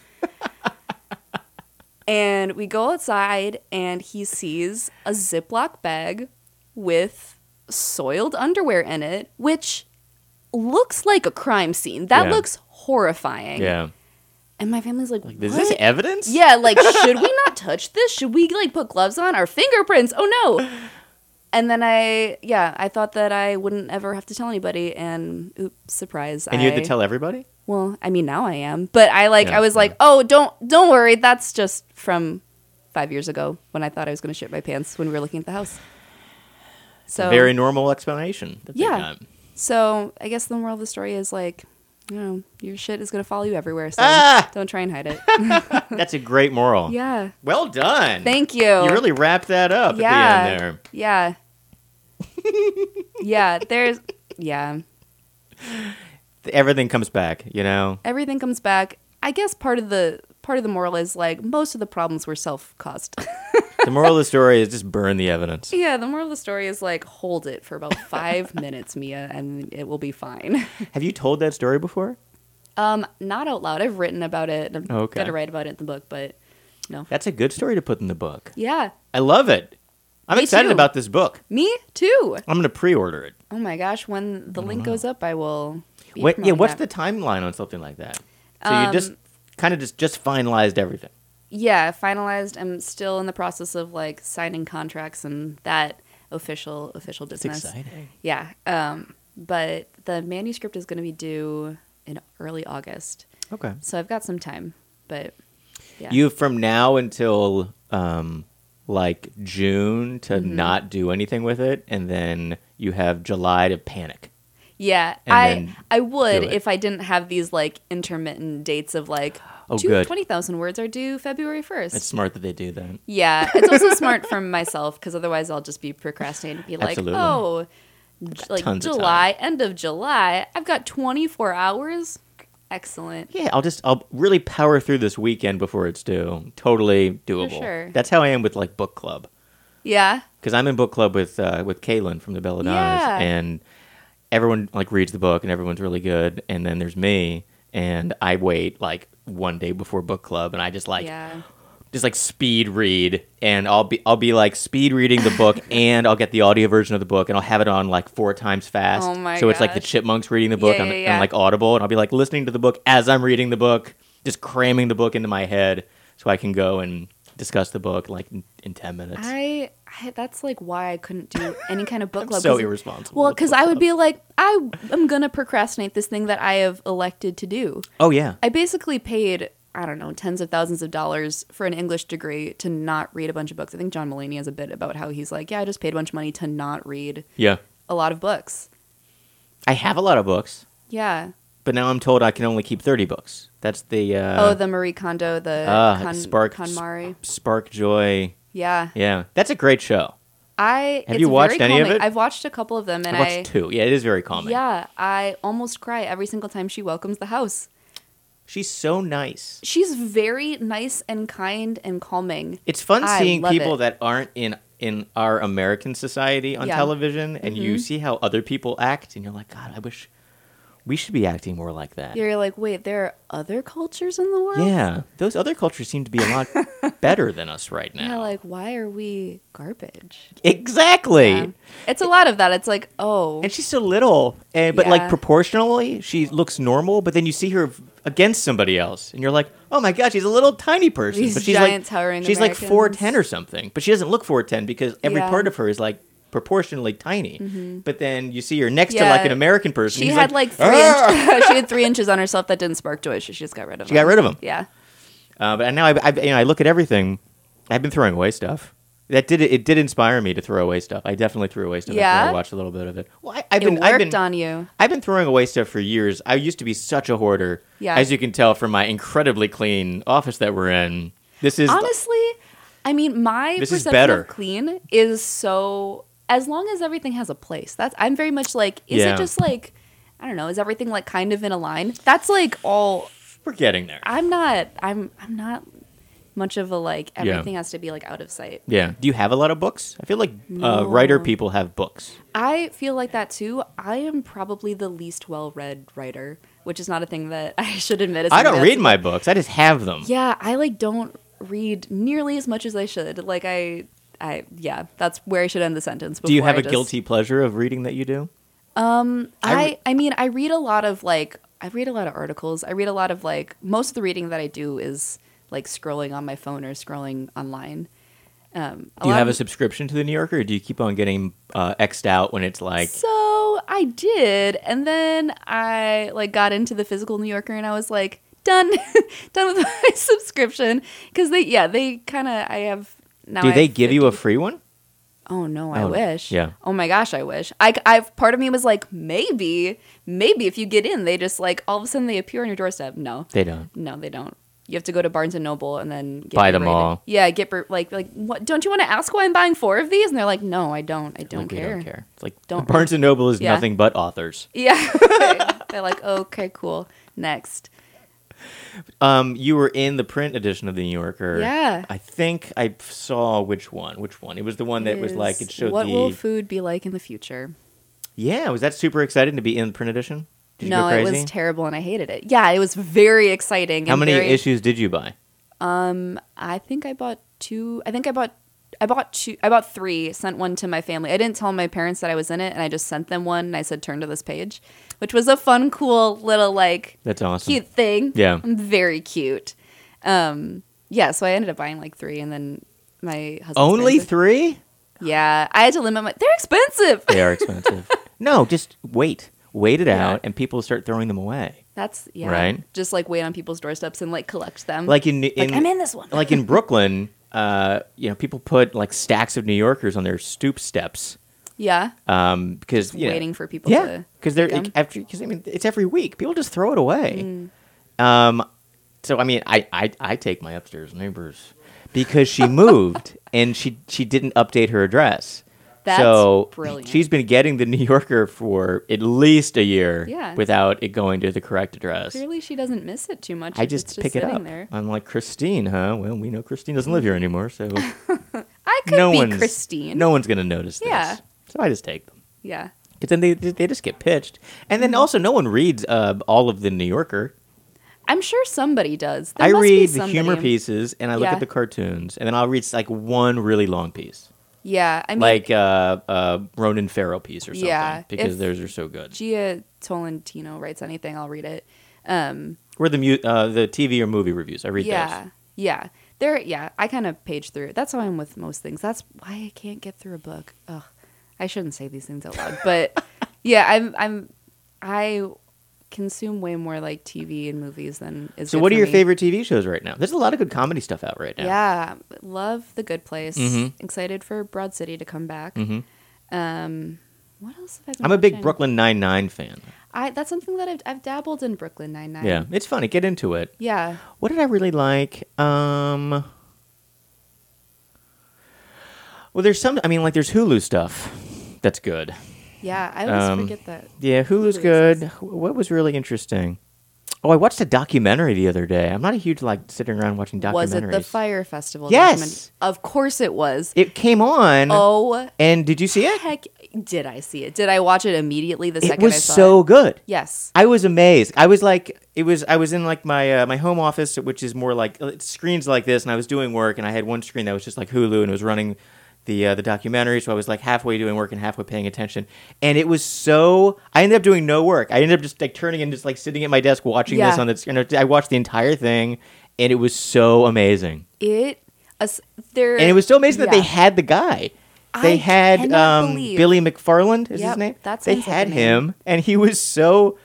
[SPEAKER 2] and we go outside, and he sees a Ziploc bag with soiled underwear in it, which looks like a crime scene. That
[SPEAKER 1] Yeah.
[SPEAKER 2] looks horrifying.
[SPEAKER 1] Yeah.
[SPEAKER 2] And my family's like,
[SPEAKER 1] Like,
[SPEAKER 2] what?
[SPEAKER 1] is this evidence?
[SPEAKER 2] Yeah, like, should we not touch this? Should we like put gloves on? Our fingerprints? Oh no! And then I, yeah, I thought that I wouldn't ever have to tell anybody, and oops, surprise!
[SPEAKER 1] And you had
[SPEAKER 2] I-
[SPEAKER 1] to tell everybody?
[SPEAKER 2] Well, I mean, now I am, but I like,
[SPEAKER 1] Yeah,
[SPEAKER 2] I was
[SPEAKER 1] yeah.
[SPEAKER 2] like, oh, don't, don't worry. That's just from five years ago when I thought I was going to shit my pants when we were looking at the house. So
[SPEAKER 1] Very normal explanation. that they
[SPEAKER 2] Yeah.
[SPEAKER 1] got.
[SPEAKER 2] so I guess the moral of the story is like, you know, your shit is going to follow you everywhere, so
[SPEAKER 1] Ah!
[SPEAKER 2] don't try and hide it.
[SPEAKER 1] That's a great moral.
[SPEAKER 2] yeah.
[SPEAKER 1] Well done.
[SPEAKER 2] Thank you.
[SPEAKER 1] You really wrapped that up
[SPEAKER 2] yeah.
[SPEAKER 1] at the end there.
[SPEAKER 2] Yeah. yeah, there's yeah.
[SPEAKER 1] Everything comes back, you know?
[SPEAKER 2] Everything comes back. I guess part of the part of the moral is like most of the problems were self-caused.
[SPEAKER 1] The moral of the story is just burn the evidence.
[SPEAKER 2] yeah, the moral of the story is like hold it for about 5 minutes, Mia, and it will be fine.
[SPEAKER 1] Have you told that story before?
[SPEAKER 2] Um not out loud. I've written about it. I'm
[SPEAKER 1] Okay.
[SPEAKER 2] going to write about it in the book, but no.
[SPEAKER 1] That's a good story to put in the book.
[SPEAKER 2] Yeah.
[SPEAKER 1] I love it. I'm
[SPEAKER 2] Me
[SPEAKER 1] excited
[SPEAKER 2] too.
[SPEAKER 1] about this book.
[SPEAKER 2] Me too.
[SPEAKER 1] I'm going to pre-order it.
[SPEAKER 2] Oh my gosh, when the link goes up, I will be
[SPEAKER 1] Uh-huh. What, yeah,
[SPEAKER 2] promoting
[SPEAKER 1] what's
[SPEAKER 2] that.
[SPEAKER 1] the timeline on something like that? So you just
[SPEAKER 2] Um,
[SPEAKER 1] kind of just just finalized everything.
[SPEAKER 2] yeah, finalized. I'm still in the process of like signing contracts and that official official business. Yeah. Um, but the manuscript is going to be due in early August,
[SPEAKER 1] Okay.
[SPEAKER 2] so I've got some time. But yeah,
[SPEAKER 1] You from now until um like June to
[SPEAKER 2] Mm-hmm.
[SPEAKER 1] not do anything with it and then you have July to panic.
[SPEAKER 2] yeah,
[SPEAKER 1] and
[SPEAKER 2] I
[SPEAKER 1] then
[SPEAKER 2] I would
[SPEAKER 1] do it.
[SPEAKER 2] if I didn't have these like intermittent dates of like
[SPEAKER 1] Oh,
[SPEAKER 2] two-
[SPEAKER 1] good.
[SPEAKER 2] 20,000 words are due February first.
[SPEAKER 1] It's smart that they do that.
[SPEAKER 2] Yeah, it's also smart for myself because otherwise I'll just be procrastinating. Be like,
[SPEAKER 1] Absolutely.
[SPEAKER 2] oh, j- like
[SPEAKER 1] tons of
[SPEAKER 2] July, end of July. I've got 24 hours. Excellent.
[SPEAKER 1] Yeah, I'll just I'll really power through this weekend before it's due. Totally doable.
[SPEAKER 2] sure.
[SPEAKER 1] That's how I am with like book club.
[SPEAKER 2] Yeah,
[SPEAKER 1] because I'm in book club with uh, with Kaylin from the Belladonnas,
[SPEAKER 2] Yeah.
[SPEAKER 1] and everyone like reads the book, and everyone's really good, and then there's me, and I wait like one day before book club, and I just like
[SPEAKER 2] yeah,
[SPEAKER 1] just like speed read, and I'll be I'll be like speed reading the book, and I'll get the audio version of the book, and I'll have it on like four times fast,
[SPEAKER 2] Oh my
[SPEAKER 1] so it's like the
[SPEAKER 2] gosh.
[SPEAKER 1] chipmunks reading the book
[SPEAKER 2] Yeah,
[SPEAKER 1] on,
[SPEAKER 2] yeah, yeah.
[SPEAKER 1] on like Audible, and I'll be like listening to the book as I'm reading the book, just cramming the book into my head, so I can go and discuss the book like in, in ten minutes.
[SPEAKER 2] I, I. That's like why I couldn't do any kind of book club.
[SPEAKER 1] so
[SPEAKER 2] 'cause-
[SPEAKER 1] irresponsible.
[SPEAKER 2] Well,
[SPEAKER 1] with
[SPEAKER 2] because
[SPEAKER 1] book
[SPEAKER 2] I
[SPEAKER 1] club.
[SPEAKER 2] would be like, I am gonna procrastinate this thing that I have elected to do.
[SPEAKER 1] Oh yeah.
[SPEAKER 2] I basically paid, I don't know, tens of thousands of dollars for an English degree to not read a bunch of books. I think John Mulaney has a bit about how he's like, yeah, I just paid a bunch of money to not read
[SPEAKER 1] Yeah.
[SPEAKER 2] a lot of books.
[SPEAKER 1] I have a lot of books,
[SPEAKER 2] Yeah.
[SPEAKER 1] but now I'm told I can only keep 30 books. That's the uh
[SPEAKER 2] oh, the Marie Kondo, the
[SPEAKER 1] ah,
[SPEAKER 2] Kon-
[SPEAKER 1] Spark-
[SPEAKER 2] KonMari.
[SPEAKER 1] Spark Joy.
[SPEAKER 2] Yeah.
[SPEAKER 1] Yeah. That's a great show.
[SPEAKER 2] I
[SPEAKER 1] Have
[SPEAKER 2] it's
[SPEAKER 1] you watched
[SPEAKER 2] very
[SPEAKER 1] any of
[SPEAKER 2] calming.
[SPEAKER 1] it?
[SPEAKER 2] I've watched a couple of them, and
[SPEAKER 1] I watched two. Yeah, it is very calming.
[SPEAKER 2] yeah, I almost cry every single time she welcomes the house.
[SPEAKER 1] She's so nice.
[SPEAKER 2] She's very nice and kind and calming.
[SPEAKER 1] It's fun
[SPEAKER 2] I
[SPEAKER 1] seeing
[SPEAKER 2] love
[SPEAKER 1] people
[SPEAKER 2] it.
[SPEAKER 1] that aren't in in our American society on
[SPEAKER 2] Yeah. Mm-hmm.
[SPEAKER 1] television and you see how other people act and you're like, "God, I wish we should be acting more like that."
[SPEAKER 2] You're like, wait, there are other cultures in the world.
[SPEAKER 1] Yeah. Those other cultures seem to be a lot better than us right now.
[SPEAKER 2] Yeah, like why are we garbage?
[SPEAKER 1] exactly.
[SPEAKER 2] Yeah. It's a lot of that. It's like, oh,
[SPEAKER 1] and she's so little and but
[SPEAKER 2] Yeah.
[SPEAKER 1] like proportionally she looks normal but then you see her against somebody else and you're like oh my god she's a little tiny person
[SPEAKER 2] These
[SPEAKER 1] but she's
[SPEAKER 2] giant
[SPEAKER 1] like
[SPEAKER 2] towering
[SPEAKER 1] she's like
[SPEAKER 2] Americans.
[SPEAKER 1] 410 or something but she doesn't look 410 because every
[SPEAKER 2] Yeah. Mm-hmm.
[SPEAKER 1] part of her is like proportionally tiny but then you see her next to like
[SPEAKER 2] Yeah.
[SPEAKER 1] an american person
[SPEAKER 2] she
[SPEAKER 1] who's
[SPEAKER 2] had like, three. Inch- she had three inches on herself that didn't spark joy. She just got rid of.
[SPEAKER 1] "Ah!" she got rid of him
[SPEAKER 2] Yeah.
[SPEAKER 1] uh, but now I, I you know i look at everything i've been throwing away stuff that did it did inspire me to throw away stuff i definitely threw away stuff after
[SPEAKER 2] Yeah?
[SPEAKER 1] i watched a little bit of it well I, have
[SPEAKER 2] It
[SPEAKER 1] been
[SPEAKER 2] worked
[SPEAKER 1] i've been
[SPEAKER 2] on you.
[SPEAKER 1] I've been throwing away stuff for years. I used to be such a hoarder.
[SPEAKER 2] Yeah.
[SPEAKER 1] As you can tell from my incredibly clean office that we're in. This is
[SPEAKER 2] Honestly, I mean, my
[SPEAKER 1] This is
[SPEAKER 2] perception
[SPEAKER 1] better.
[SPEAKER 2] of clean is so. As long as everything has a place, that's I'm very much like. Is
[SPEAKER 1] Yeah.
[SPEAKER 2] it just like, I don't know? Is everything like kind of in a line? That's like all.
[SPEAKER 1] we're getting there.
[SPEAKER 2] I'm not. I'm. I'm not much of a like everything has to be like out of sight.
[SPEAKER 1] Yeah. Do you have a lot of books? I feel like uh, writer
[SPEAKER 2] No.
[SPEAKER 1] people have books.
[SPEAKER 2] I feel like that too. I am probably the least well-read writer, which is not a thing that I should admit. As
[SPEAKER 1] I don't
[SPEAKER 2] something
[SPEAKER 1] read
[SPEAKER 2] that's-
[SPEAKER 1] my books. I just have them.
[SPEAKER 2] Yeah, I like don't read nearly as much as I should. Like I, I yeah, that's where I should end the sentence.
[SPEAKER 1] Do you
[SPEAKER 2] before
[SPEAKER 1] have
[SPEAKER 2] I
[SPEAKER 1] a
[SPEAKER 2] just-
[SPEAKER 1] guilty pleasure of reading that you do? I
[SPEAKER 2] I
[SPEAKER 1] re-
[SPEAKER 2] I mean, I read a lot of like I read a lot of articles. I read a lot of like most of the reading that I do is like scrolling on my phone or scrolling online. Um,
[SPEAKER 1] Do you
[SPEAKER 2] lot
[SPEAKER 1] have a
[SPEAKER 2] of-
[SPEAKER 1] subscription to the New Yorker, or do you keep on getting uh, xed out when it's like?
[SPEAKER 2] So I did, and then I like got into the physical New Yorker, and I was like done, done with my subscription because they yeah they kind of I have now.
[SPEAKER 1] do
[SPEAKER 2] I
[SPEAKER 1] they
[SPEAKER 2] have
[SPEAKER 1] give you a
[SPEAKER 2] 50
[SPEAKER 1] free one?
[SPEAKER 2] Oh no, I
[SPEAKER 1] Oh,
[SPEAKER 2] wish.
[SPEAKER 1] yeah.
[SPEAKER 2] Oh my gosh, I wish. I, I, part of me was like, maybe, maybe if you get in, they just like all of a sudden they appear on your doorstep. No,
[SPEAKER 1] They don't.
[SPEAKER 2] no, they don't. You have to go to Barnes and Noble and then get
[SPEAKER 1] Buy them
[SPEAKER 2] berated.
[SPEAKER 1] all.
[SPEAKER 2] Yeah, get ber- like like what? Don't you want to ask why I'm buying four of these? And they're like, no, I don't. I don't,
[SPEAKER 1] Like, we
[SPEAKER 2] care.
[SPEAKER 1] don't care. It's like
[SPEAKER 2] Don't-
[SPEAKER 1] Barnes and Noble is
[SPEAKER 2] Yeah.
[SPEAKER 1] nothing but authors.
[SPEAKER 2] Yeah. they're like, okay, cool. Next.
[SPEAKER 1] Um, you were in the print edition of the New Yorker.
[SPEAKER 2] Yeah.
[SPEAKER 1] I think I saw which one. Which one? It was the one that was like it
[SPEAKER 2] Is
[SPEAKER 1] showed
[SPEAKER 2] what
[SPEAKER 1] the.
[SPEAKER 2] will food be like in the future?
[SPEAKER 1] yeah, was that super exciting to be in the print edition? Did
[SPEAKER 2] no,
[SPEAKER 1] you go
[SPEAKER 2] it
[SPEAKER 1] crazy?
[SPEAKER 2] was terrible and I hated it. Yeah, it was very exciting.
[SPEAKER 1] How
[SPEAKER 2] and
[SPEAKER 1] many
[SPEAKER 2] very-
[SPEAKER 1] issues did you buy?
[SPEAKER 2] I think I bought two. I think I bought. I bought two. I bought three. Sent one to my family. I didn't tell my parents that I was in it, and I just sent them one. And I said, "Turn to this page," which was a fun, cool little like
[SPEAKER 1] That's awesome.
[SPEAKER 2] cute thing.
[SPEAKER 1] Yeah.
[SPEAKER 2] I'm very cute. Um, yeah. So I ended up buying like three, and then my husband
[SPEAKER 1] Only three?
[SPEAKER 2] yeah. I had to limit my. They're expensive.
[SPEAKER 1] They are expensive. no, just wait. Wait it
[SPEAKER 2] Yeah.
[SPEAKER 1] out, and people start throwing them away.
[SPEAKER 2] That's yeah.
[SPEAKER 1] Right.
[SPEAKER 2] Just like wait on people's doorsteps and like collect them.
[SPEAKER 1] Like in, in
[SPEAKER 2] I'm in this one.
[SPEAKER 1] like in Brooklyn, uh, you know, people put like stacks of New Yorkers on their stoop steps
[SPEAKER 2] yeah.
[SPEAKER 1] um, because you know-
[SPEAKER 2] waiting for people
[SPEAKER 1] Yeah,
[SPEAKER 2] to
[SPEAKER 1] because they're
[SPEAKER 2] pick 'em.
[SPEAKER 1] after. Because I mean, it's every week. People just throw it away.
[SPEAKER 2] Mm.
[SPEAKER 1] Um, so I mean, I, I I take my upstairs neighbors because she moved and she she didn't update her address.
[SPEAKER 2] That's
[SPEAKER 1] so
[SPEAKER 2] brilliant.
[SPEAKER 1] she's been getting the New Yorker for at least a year
[SPEAKER 2] Yeah.
[SPEAKER 1] without it going to the correct address.
[SPEAKER 2] Clearly, she doesn't miss it too much.
[SPEAKER 1] I
[SPEAKER 2] if it's
[SPEAKER 1] just, pick it
[SPEAKER 2] sitting
[SPEAKER 1] up.
[SPEAKER 2] There.
[SPEAKER 1] I'm like Christine, huh? Well, we know Christine doesn't live here anymore, so
[SPEAKER 2] I could
[SPEAKER 1] no
[SPEAKER 2] be
[SPEAKER 1] one's
[SPEAKER 2] Christine.
[SPEAKER 1] no one's gonna notice this.
[SPEAKER 2] Yeah.
[SPEAKER 1] So I just take them.
[SPEAKER 2] Yeah.
[SPEAKER 1] Because then they they just get pitched, and
[SPEAKER 2] Mm-hmm.
[SPEAKER 1] then also no one reads uh, all of the New Yorker.
[SPEAKER 2] I'm sure somebody does. There
[SPEAKER 1] I
[SPEAKER 2] must be
[SPEAKER 1] read the
[SPEAKER 2] somebody.
[SPEAKER 1] humor pieces, and I look
[SPEAKER 2] Yeah.
[SPEAKER 1] at the cartoons, and then I'll read like one really long piece,
[SPEAKER 2] Yeah. I mean,
[SPEAKER 1] like uh, uh, Ronan Farrow piece or something,
[SPEAKER 2] Mm-hmm. Yeah,
[SPEAKER 1] because
[SPEAKER 2] if-
[SPEAKER 1] theirs are so good.
[SPEAKER 2] Gia Tolentino writes anything, I'll read it. Um,
[SPEAKER 1] Or the mu- uh, the TV or movie reviews, I read
[SPEAKER 2] yeah.
[SPEAKER 1] those.
[SPEAKER 2] Yeah. There. Yeah. I kind of page through it. That's how I'm with most things. That's why I can't get through a book. Ugh. I shouldn't say these things out loud, but yeah, I'm. I'm. I consume way more like TV and movies than is.
[SPEAKER 1] So,
[SPEAKER 2] good
[SPEAKER 1] what
[SPEAKER 2] for
[SPEAKER 1] are your
[SPEAKER 2] me.
[SPEAKER 1] favorite TV shows right now? There's a lot of good comedy stuff out right now.
[SPEAKER 2] Yeah, love the Good Place.
[SPEAKER 1] Mhm.
[SPEAKER 2] Excited for Broad City to come back.
[SPEAKER 1] Mhm.
[SPEAKER 2] Um, what else have I? Been
[SPEAKER 1] I'm a big
[SPEAKER 2] watching?
[SPEAKER 1] Brooklyn Nine Nine fan.
[SPEAKER 2] I that's something that I've, I've dabbled in Brooklyn Nine Nine.
[SPEAKER 1] Yeah, it's funny. Get into it.
[SPEAKER 2] yeah.
[SPEAKER 1] What did I really like? Um, well, there's some. I mean, like there's Hulu stuff that's good.
[SPEAKER 2] Yeah, I always
[SPEAKER 1] Um,
[SPEAKER 2] forget that.
[SPEAKER 1] Yeah, Hulu's
[SPEAKER 2] Hulu
[SPEAKER 1] good. Wh- What was really interesting? Oh, I watched a documentary the other day. I'm not a huge like sitting around watching documentaries.
[SPEAKER 2] Was it the Fire Festival?
[SPEAKER 1] Yes!
[SPEAKER 2] document- Of course it was.
[SPEAKER 1] It came on.
[SPEAKER 2] oh
[SPEAKER 1] and did you see it?
[SPEAKER 2] heck! Did I see it? Did I watch it immediately the
[SPEAKER 1] It
[SPEAKER 2] second
[SPEAKER 1] was
[SPEAKER 2] I saw
[SPEAKER 1] so
[SPEAKER 2] it?
[SPEAKER 1] good.
[SPEAKER 2] Yes.
[SPEAKER 1] I was amazed. I was like, it was. I was in like my uh, my home office, which is more like uh, screens like this, and I was doing work, and I had one screen that was just like Hulu, and it was running the uh, the documentary. So I was like halfway doing work and halfway paying attention, and it was so. I ended up doing no work. I ended up just like turning and just like sitting at my desk watching this
[SPEAKER 2] Yeah.
[SPEAKER 1] on the. And I watched the entire thing, and it was so amazing.
[SPEAKER 2] It. Us, there.
[SPEAKER 1] And it was so amazing that they
[SPEAKER 2] yeah.
[SPEAKER 1] had the guy. They
[SPEAKER 2] I
[SPEAKER 1] had
[SPEAKER 2] cannot
[SPEAKER 1] um,
[SPEAKER 2] believe-
[SPEAKER 1] Billy McFarland is
[SPEAKER 2] Yep,
[SPEAKER 1] his name.
[SPEAKER 2] that
[SPEAKER 1] they
[SPEAKER 2] sounds like
[SPEAKER 1] had
[SPEAKER 2] the name.
[SPEAKER 1] him, and he was so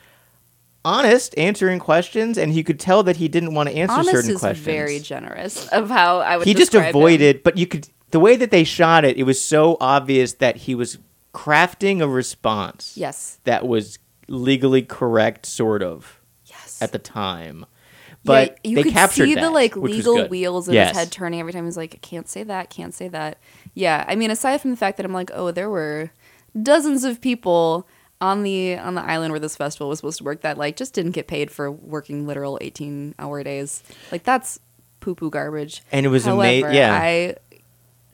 [SPEAKER 1] honest, answering questions, and you could tell that he didn't want to answer
[SPEAKER 2] Honest
[SPEAKER 1] certain
[SPEAKER 2] is
[SPEAKER 1] questions.
[SPEAKER 2] very generous of how I would.
[SPEAKER 1] he just
[SPEAKER 2] describe him.
[SPEAKER 1] avoided, but you could the way that they shot it. It was so obvious that he was crafting a response.
[SPEAKER 2] Yes.
[SPEAKER 1] that was legally correct, sort of
[SPEAKER 2] Yes.
[SPEAKER 1] at the time. But
[SPEAKER 2] yeah, you
[SPEAKER 1] they
[SPEAKER 2] could
[SPEAKER 1] captured
[SPEAKER 2] see the
[SPEAKER 1] that,
[SPEAKER 2] like
[SPEAKER 1] which was
[SPEAKER 2] legal
[SPEAKER 1] good.
[SPEAKER 2] wheels of
[SPEAKER 1] Yes.
[SPEAKER 2] his head turning every time he's like, can't say that, can't say that. Yeah, I mean, aside from the fact that I'm like, oh, there were dozens of people on the on the island where this festival was supposed to work that like just didn't get paid for working literal 18 hour days. Like that's poo poo garbage.
[SPEAKER 1] And it was ama-
[SPEAKER 2] However,
[SPEAKER 1] yeah.
[SPEAKER 2] I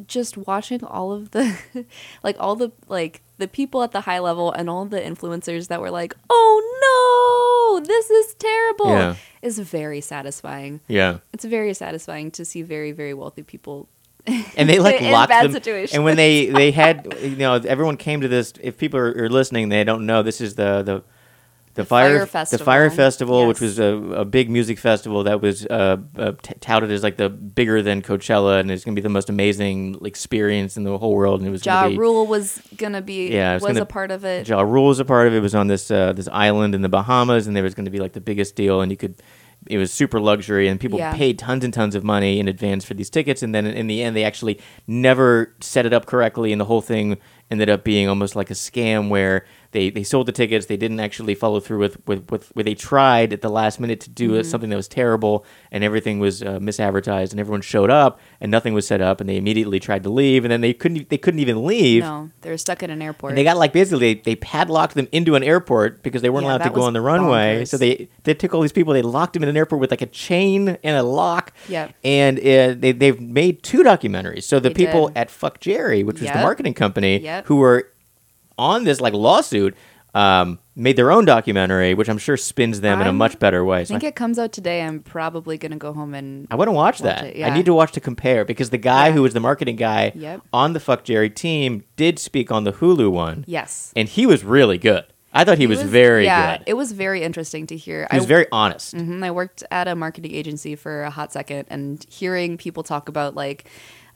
[SPEAKER 2] just watching all of the like all the like the people at the high level and all the influencers that were like, "Oh no, this is terrible."
[SPEAKER 1] Yeah.
[SPEAKER 2] is very satisfying.
[SPEAKER 1] Yeah.
[SPEAKER 2] It's very satisfying to see very very wealthy people
[SPEAKER 1] and they like
[SPEAKER 2] In
[SPEAKER 1] locked
[SPEAKER 2] bad
[SPEAKER 1] them.
[SPEAKER 2] situations.
[SPEAKER 1] And when they they had you know everyone came to this. If people are, are listening, they don't know this is the the. The,
[SPEAKER 2] Fire
[SPEAKER 1] fire, the fire festival,
[SPEAKER 2] Festival.
[SPEAKER 1] which
[SPEAKER 2] Yes.
[SPEAKER 1] was a, a big music festival that was uh, uh, t- touted as like the bigger than Coachella, and it's gonna be the most amazing experience in the whole world. And it was
[SPEAKER 2] Ja
[SPEAKER 1] gonna be,
[SPEAKER 2] Rule was gonna be
[SPEAKER 1] Yeah, it was
[SPEAKER 2] was,
[SPEAKER 1] gonna-
[SPEAKER 2] a part of it.
[SPEAKER 1] Ja Rule was a part of it. It was on this uh, this island in the Bahamas, and there was going to be like the biggest deal, and you could. It was super luxury, and people
[SPEAKER 2] Yeah.
[SPEAKER 1] paid tons and tons of money in advance for these tickets. And then in the end, they actually never set it up correctly, and the whole thing ended up being almost like a scam where they, they sold the tickets. They didn't actually follow through with, with, with where they tried at the last minute to do
[SPEAKER 2] Mm-hmm.
[SPEAKER 1] something that was terrible, and everything was uh, misadvertised, and everyone showed up, and nothing was set up, and they immediately tried to leave, and then they couldn't e, they couldn't even leave.
[SPEAKER 2] No, they were stuck at an airport.
[SPEAKER 1] And they got like basically they, they padlocked them into an airport because they weren't
[SPEAKER 2] Yeah,
[SPEAKER 1] allowed to
[SPEAKER 2] that
[SPEAKER 1] go
[SPEAKER 2] was
[SPEAKER 1] on the runway.
[SPEAKER 2] bonkers.
[SPEAKER 1] So they they took all these people, they locked them in an airport with like a chain and a lock.
[SPEAKER 2] Yep.
[SPEAKER 1] And uh, they they've made two documentaries. So the
[SPEAKER 2] They
[SPEAKER 1] people
[SPEAKER 2] did.
[SPEAKER 1] at Fuck Jerry, which was the
[SPEAKER 2] Yep.
[SPEAKER 1] marketing company,
[SPEAKER 2] Yep.
[SPEAKER 1] who were on this like lawsuit, um, made their own documentary, which I'm sure spins them in a
[SPEAKER 2] I'm-
[SPEAKER 1] much better way.
[SPEAKER 2] I
[SPEAKER 1] So
[SPEAKER 2] think it comes out today. I'm probably gonna go home and
[SPEAKER 1] I want to watch that.
[SPEAKER 2] it,
[SPEAKER 1] I
[SPEAKER 2] yeah.
[SPEAKER 1] need to watch to compare because the guy
[SPEAKER 2] Yeah.
[SPEAKER 1] who was the marketing guy
[SPEAKER 2] Yep.
[SPEAKER 1] on the Fuck Jerry team did speak on the Hulu one
[SPEAKER 2] yes.
[SPEAKER 1] and he was really good. I thought he, was, very
[SPEAKER 2] yeah,
[SPEAKER 1] good.
[SPEAKER 2] It was very interesting to hear.
[SPEAKER 1] he was
[SPEAKER 2] I,
[SPEAKER 1] very honest.
[SPEAKER 2] Mhm, I worked at a marketing agency for a hot second, and hearing people talk about like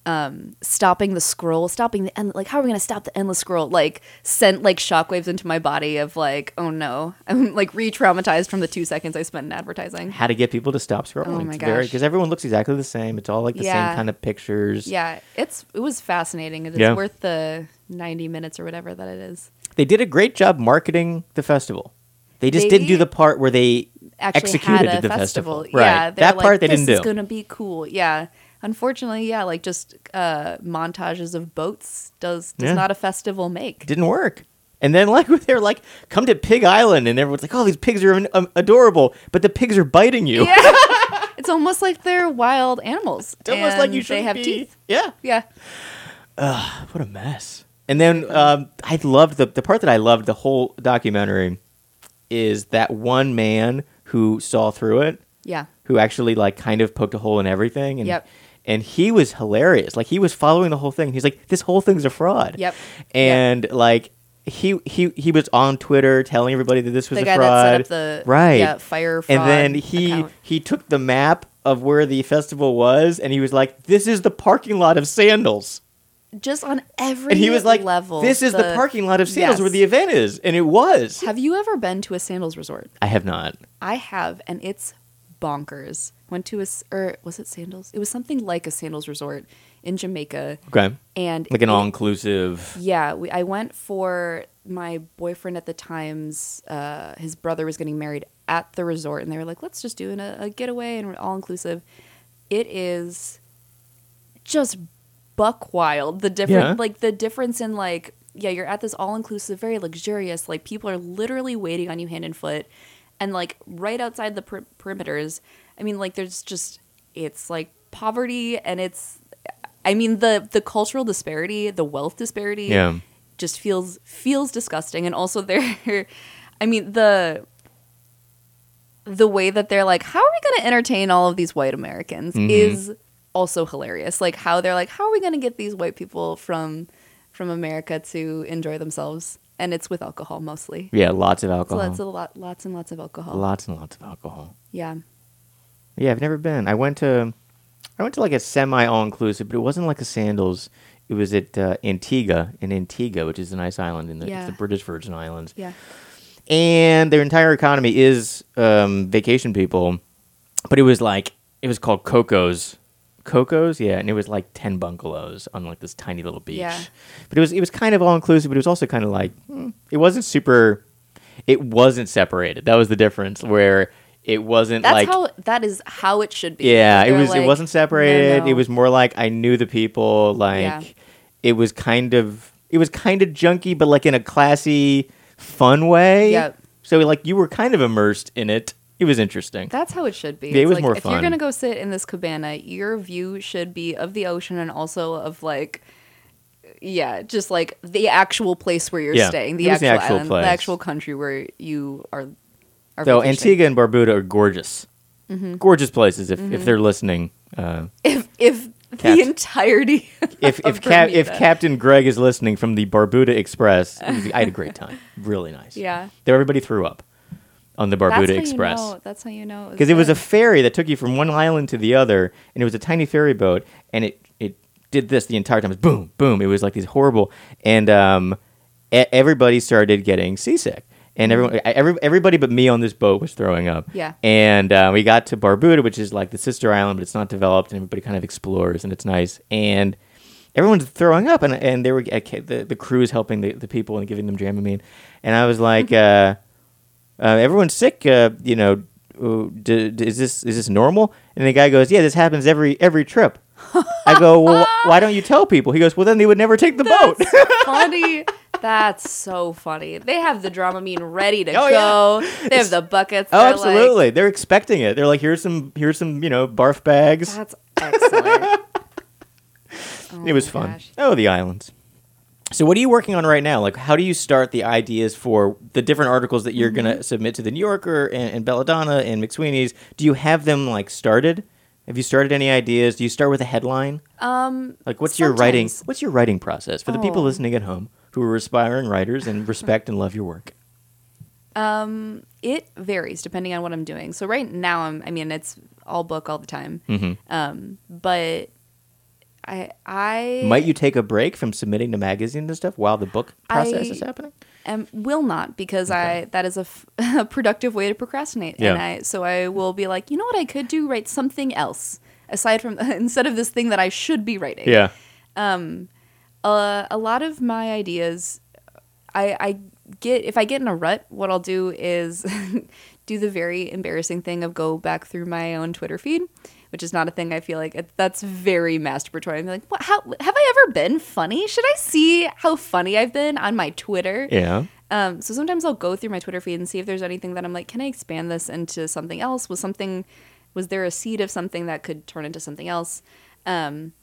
[SPEAKER 2] um, stopping the scroll, stopping the end, like how are we going to stop the endless scroll? Like sent like shockwaves into my body of like, oh no, I'm like re-traumatized from the two seconds I spent in advertising.
[SPEAKER 1] How to get people to stop scrolling?
[SPEAKER 2] Oh my gosh.
[SPEAKER 1] Because everyone looks exactly the same. It's all like the
[SPEAKER 2] Yeah.
[SPEAKER 1] same kind of pictures.
[SPEAKER 2] Yeah, it's it was fascinating. It's
[SPEAKER 1] Yeah.
[SPEAKER 2] worth the ninety minutes or whatever that it is.
[SPEAKER 1] They did a great job marketing the festival. They just
[SPEAKER 2] They
[SPEAKER 1] didn't do the part where they
[SPEAKER 2] actually
[SPEAKER 1] executed
[SPEAKER 2] had a
[SPEAKER 1] the
[SPEAKER 2] festival.
[SPEAKER 1] festival. Right.
[SPEAKER 2] Yeah, they
[SPEAKER 1] that
[SPEAKER 2] were like,
[SPEAKER 1] part they
[SPEAKER 2] this
[SPEAKER 1] didn't
[SPEAKER 2] is
[SPEAKER 1] do.
[SPEAKER 2] going to be cool. Yeah. Unfortunately, yeah, like just uh, montages of boats does does
[SPEAKER 1] Yeah.
[SPEAKER 2] not a festival make.
[SPEAKER 1] didn't work. And then like they were like, come to Pig Island, and everyone's like, oh, these pigs are um, adorable, but the pigs are biting you.
[SPEAKER 2] yeah. it's almost like they're wild animals.
[SPEAKER 1] It's almost like
[SPEAKER 2] and
[SPEAKER 1] you should
[SPEAKER 2] they have teeth.
[SPEAKER 1] Yeah.
[SPEAKER 2] Yeah.
[SPEAKER 1] What a mess. And then um, I loved the the part that I loved the whole documentary is that one man who saw through it,
[SPEAKER 2] Yeah.
[SPEAKER 1] who actually like kind of poked a hole in everything, and
[SPEAKER 2] Yep.
[SPEAKER 1] and he was hilarious. Like he was following the whole thing. He's like, this whole thing's a fraud.
[SPEAKER 2] Yep.
[SPEAKER 1] And like he he he was on Twitter telling everybody that this was
[SPEAKER 2] The
[SPEAKER 1] a
[SPEAKER 2] guy
[SPEAKER 1] fraud.
[SPEAKER 2] that set up the
[SPEAKER 1] right
[SPEAKER 2] yeah, fire fraud
[SPEAKER 1] and then he
[SPEAKER 2] account.
[SPEAKER 1] he took the map of where the festival was, and he was like, this is the parking lot of sandals
[SPEAKER 2] just on every
[SPEAKER 1] and he was like,
[SPEAKER 2] level.
[SPEAKER 1] "This is the, parking lot of Sandals
[SPEAKER 2] Yes.
[SPEAKER 1] where the event is," and it was.
[SPEAKER 2] Have you ever been to a sandals resort?
[SPEAKER 1] I have not.
[SPEAKER 2] I have, and it's bonkers. Went to a s- or was it sandals? It was something like a sandals resort in Jamaica,
[SPEAKER 1] Okay,
[SPEAKER 2] and
[SPEAKER 1] like an
[SPEAKER 2] it-
[SPEAKER 1] all-inclusive.
[SPEAKER 2] Yeah, we, I went for my boyfriend at the time's. Uh, his brother was getting married at the resort, and they were like, "Let's just do an, a getaway and all inclusive." It is just buck wild. The different,
[SPEAKER 1] Yeah.
[SPEAKER 2] like the difference in like, yeah, you're at this all inclusive, very luxurious. Like people are literally waiting on you hand and foot, and like right outside the per- perimeters. I mean, like there's just it's like poverty, and it's, I mean the the cultural disparity, the wealth disparity
[SPEAKER 1] Yeah.
[SPEAKER 2] just feels feels disgusting and also they're i mean the the way that they're like how are we going to entertain all of these white americans
[SPEAKER 1] Mm-hmm.
[SPEAKER 2] is also hilarious like how they're like how are we going to get these white people from from america to enjoy themselves and it's with alcohol mostly
[SPEAKER 1] Yeah, lots of
[SPEAKER 2] so
[SPEAKER 1] alcohol.
[SPEAKER 2] lots of lot, lots and lots of alcohol
[SPEAKER 1] lots and lots of alcohol.
[SPEAKER 2] yeah
[SPEAKER 1] Yeah, I've never been. I went to, I went to like a semi all-inclusive, but it wasn't like a Sandals. It was at uh, Antigua in Antigua, which is a nice island in the, it's
[SPEAKER 2] Yeah.
[SPEAKER 1] the British Virgin Islands.
[SPEAKER 2] yeah
[SPEAKER 1] and their entire economy is um, vacation people. But it was like it was called Coco's, Coco's, yeah, and it was like ten bungalows on like this tiny little beach.
[SPEAKER 2] Yeah.
[SPEAKER 1] But it was it was kind of all inclusive, but it was also kind of like mm, it wasn't super. It wasn't separated. That was the difference. Where it wasn't
[SPEAKER 2] that's
[SPEAKER 1] like
[SPEAKER 2] how that is how it should be
[SPEAKER 1] yeah, it
[SPEAKER 2] They're
[SPEAKER 1] was.
[SPEAKER 2] like,
[SPEAKER 1] it wasn't separated.
[SPEAKER 2] no,
[SPEAKER 1] It
[SPEAKER 2] no.
[SPEAKER 1] was more like I knew the people. Like
[SPEAKER 2] Yeah.
[SPEAKER 1] it was kind of. It was kind of junky, but like in a classy, fun way.
[SPEAKER 2] Yep.
[SPEAKER 1] So like you were kind of immersed in it, It was interesting.
[SPEAKER 2] That's how it should be.
[SPEAKER 1] Yeah, it was
[SPEAKER 2] like,
[SPEAKER 1] more
[SPEAKER 2] if
[SPEAKER 1] fun.
[SPEAKER 2] you're gonna go sit in this cabana, your view should be of the ocean and also of like, yeah, just like the actual place where you're
[SPEAKER 1] Yeah,
[SPEAKER 2] staying,
[SPEAKER 1] it
[SPEAKER 2] the
[SPEAKER 1] was the
[SPEAKER 2] actual,
[SPEAKER 1] actual
[SPEAKER 2] island,
[SPEAKER 1] place.
[SPEAKER 2] the actual country where you are. are
[SPEAKER 1] So
[SPEAKER 2] vacationing.
[SPEAKER 1] Antigua and Barbuda are gorgeous,
[SPEAKER 2] Mm-hmm.
[SPEAKER 1] gorgeous places. If if they're listening, uh,
[SPEAKER 2] If if
[SPEAKER 1] Cat.
[SPEAKER 2] the entirety.
[SPEAKER 1] if if
[SPEAKER 2] Of
[SPEAKER 1] Cap- if
[SPEAKER 2] Bermuda.
[SPEAKER 1] Captain Greg is listening from the Barbuda Express, I had a great time. Really nice.
[SPEAKER 2] Yeah.
[SPEAKER 1] There, everybody threw up on the
[SPEAKER 2] That's
[SPEAKER 1] Barbuda
[SPEAKER 2] how
[SPEAKER 1] Express.
[SPEAKER 2] You know, that's how you know.
[SPEAKER 1] because it was a ferry that took you from one island to the other, and it was a tiny ferry boat, and it it did this the entire time. It was boom, boom. It was like these horrible, and um, e- everybody started getting seasick, and everyone, e- every, everybody but me on this boat was throwing up.
[SPEAKER 2] Yeah.
[SPEAKER 1] and uh, we got to Barbuda, which is like the sister island, but it's not developed, and everybody kind of explores, and it's nice, and. Everyone's throwing up, and and they were uh, ca- the the crew is helping the, the people and giving them Dramamine, and I was like, uh,
[SPEAKER 2] Mm-hmm.
[SPEAKER 1] uh, everyone's sick. Uh, you know, uh, d- d- is this is this normal? And the guy goes, yeah, this happens every every trip. I go, well, wh- why don't you tell people? He goes, well, then they would never take the boat.
[SPEAKER 2] That's funny. That's so funny. They have the Dramamine ready to
[SPEAKER 1] Oh, yeah.
[SPEAKER 2] go. They have the buckets.
[SPEAKER 1] oh,
[SPEAKER 2] They're like-
[SPEAKER 1] absolutely. They're expecting it. They're like, here's some here's some you know barf bags.
[SPEAKER 2] that's excellent. Oh
[SPEAKER 1] it was
[SPEAKER 2] my
[SPEAKER 1] fun.
[SPEAKER 2] gosh.
[SPEAKER 1] Oh, the islands. So, what are you working on right now? Like, how do you start the ideas for the different articles that you're
[SPEAKER 2] Mm-hmm.
[SPEAKER 1] going to submit to the New Yorker and, and Belladonna and McSweeney's? Do you have them like started? Have you started any ideas? Do you start with a headline?
[SPEAKER 2] Um,
[SPEAKER 1] Like, what's your writing?
[SPEAKER 2] sometimes-
[SPEAKER 1] What's your writing process for the people
[SPEAKER 2] Oh.
[SPEAKER 1] listening at home who are aspiring writers and respect and love your work?
[SPEAKER 2] Um, it varies depending on what I'm doing. So right now, I'm. I mean, it's all book all the time.
[SPEAKER 1] Mm-hmm.
[SPEAKER 2] Um, but I I
[SPEAKER 1] Might you take a break from submitting to magazines and stuff while the book process
[SPEAKER 2] I-
[SPEAKER 1] is happening?
[SPEAKER 2] am, will not because I that is a, f- a productive way to procrastinate. And
[SPEAKER 1] Yeah.
[SPEAKER 2] I so I will be like, you know what, I could do write something else aside from instead of this thing that I should be writing. uh, a lot of my ideas I, I get if i get in a rut what i'll do is do the very embarrassing thing of go back through my own twitter feed which is not a thing i feel like it, that's very masturbatory i'm like what, how have i ever been funny should i see how funny i've been on my twitter
[SPEAKER 1] Yeah.
[SPEAKER 2] um, so sometimes I'll go through my Twitter feed and see if there's anything that I'm like, can I expand this into something else? Was something, was there a seed of something that could turn into something else? Um,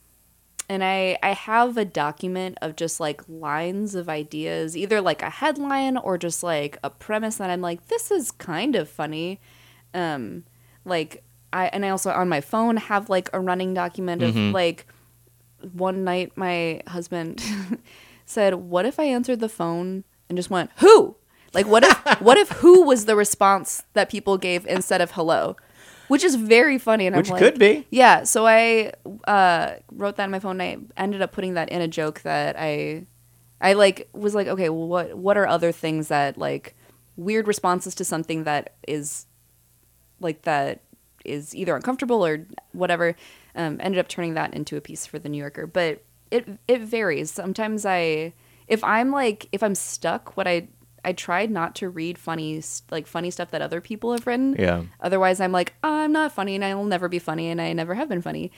[SPEAKER 2] and I, I have a document of just like lines of ideas, either like a headline or just like a premise that I'm like, this is kind of funny. Um, like I, and I also on my phone have like a running document of
[SPEAKER 1] Mm-hmm.
[SPEAKER 2] like, one night my husband said, "What if I answered the phone and just went who?" Like what if what if who was the response that people gave instead of hello? Which is very funny and
[SPEAKER 1] Which
[SPEAKER 2] I'm like
[SPEAKER 1] could be.
[SPEAKER 2] Yeah, so I uh, wrote that on my phone and I ended up putting that in a joke that I I like was like, "Okay, well, what what are other things that like weird responses to something that is like that is either uncomfortable or whatever um, ended up turning that into a piece for the new yorker but it it varies sometimes i if i'm like if i'm stuck what i i try not to read funny s- like funny stuff that other people have written
[SPEAKER 1] Yeah.
[SPEAKER 2] otherwise i'm like "Oh, i'm not funny and i'll never be funny and i never have been funny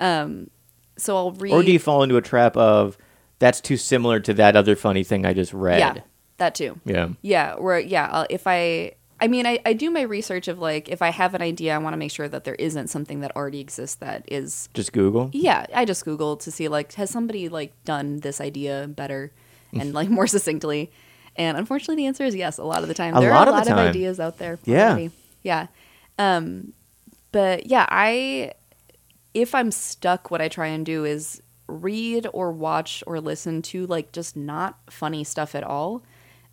[SPEAKER 2] um so i'll read
[SPEAKER 1] Or do you fall into a trap of that's too similar to that other funny thing I just
[SPEAKER 2] yeah
[SPEAKER 1] read?
[SPEAKER 2] that too
[SPEAKER 1] Yeah.
[SPEAKER 2] Yeah, or yeah, I'll- if I I mean I, I do my research of like if I have an idea, I want to make sure that there isn't something that already exists that is
[SPEAKER 1] Just Google.
[SPEAKER 2] yeah, I just Google to see like has somebody like done this idea better and like more succinctly. And unfortunately the answer is yes a lot of the time.
[SPEAKER 1] A
[SPEAKER 2] there
[SPEAKER 1] lot
[SPEAKER 2] are
[SPEAKER 1] of
[SPEAKER 2] a
[SPEAKER 1] the
[SPEAKER 2] lot of
[SPEAKER 1] time.
[SPEAKER 2] ideas out there.
[SPEAKER 1] Yeah.
[SPEAKER 2] already. Yeah. Um but yeah, I if I'm stuck, what I try and do is read or watch or listen to like just not funny stuff at all.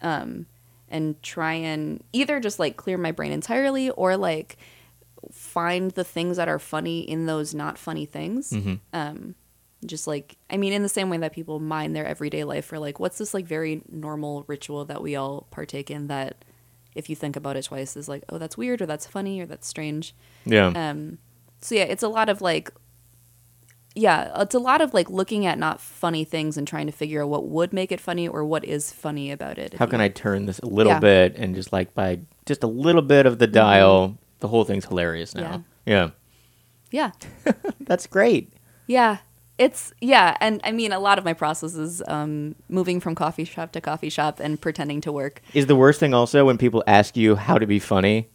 [SPEAKER 2] Um, and try and either just like clear my brain entirely or like find the things that are funny in those not funny things. Um, just like, I mean, in the same way that people mind their everyday life for like, what's this like very normal ritual that we all partake in that if you think about it twice is like, oh, that's weird or that's funny or that's strange.
[SPEAKER 1] Yeah.
[SPEAKER 2] Um, so yeah, it's a lot of like, yeah, it's a lot of like looking at not funny things and trying to figure out what would make it funny or what is funny about it.
[SPEAKER 1] How can I turn this a little
[SPEAKER 2] Yeah. Mm-hmm.
[SPEAKER 1] bit and just like by just a little bit of the dial, the whole thing's hilarious now. yeah.
[SPEAKER 2] Yeah,
[SPEAKER 1] That's great.
[SPEAKER 2] yeah, it's yeah, and I mean a lot of my process is um, moving from coffee shop to coffee shop and pretending to work.
[SPEAKER 1] Is the worst thing also when people ask you how to be funny?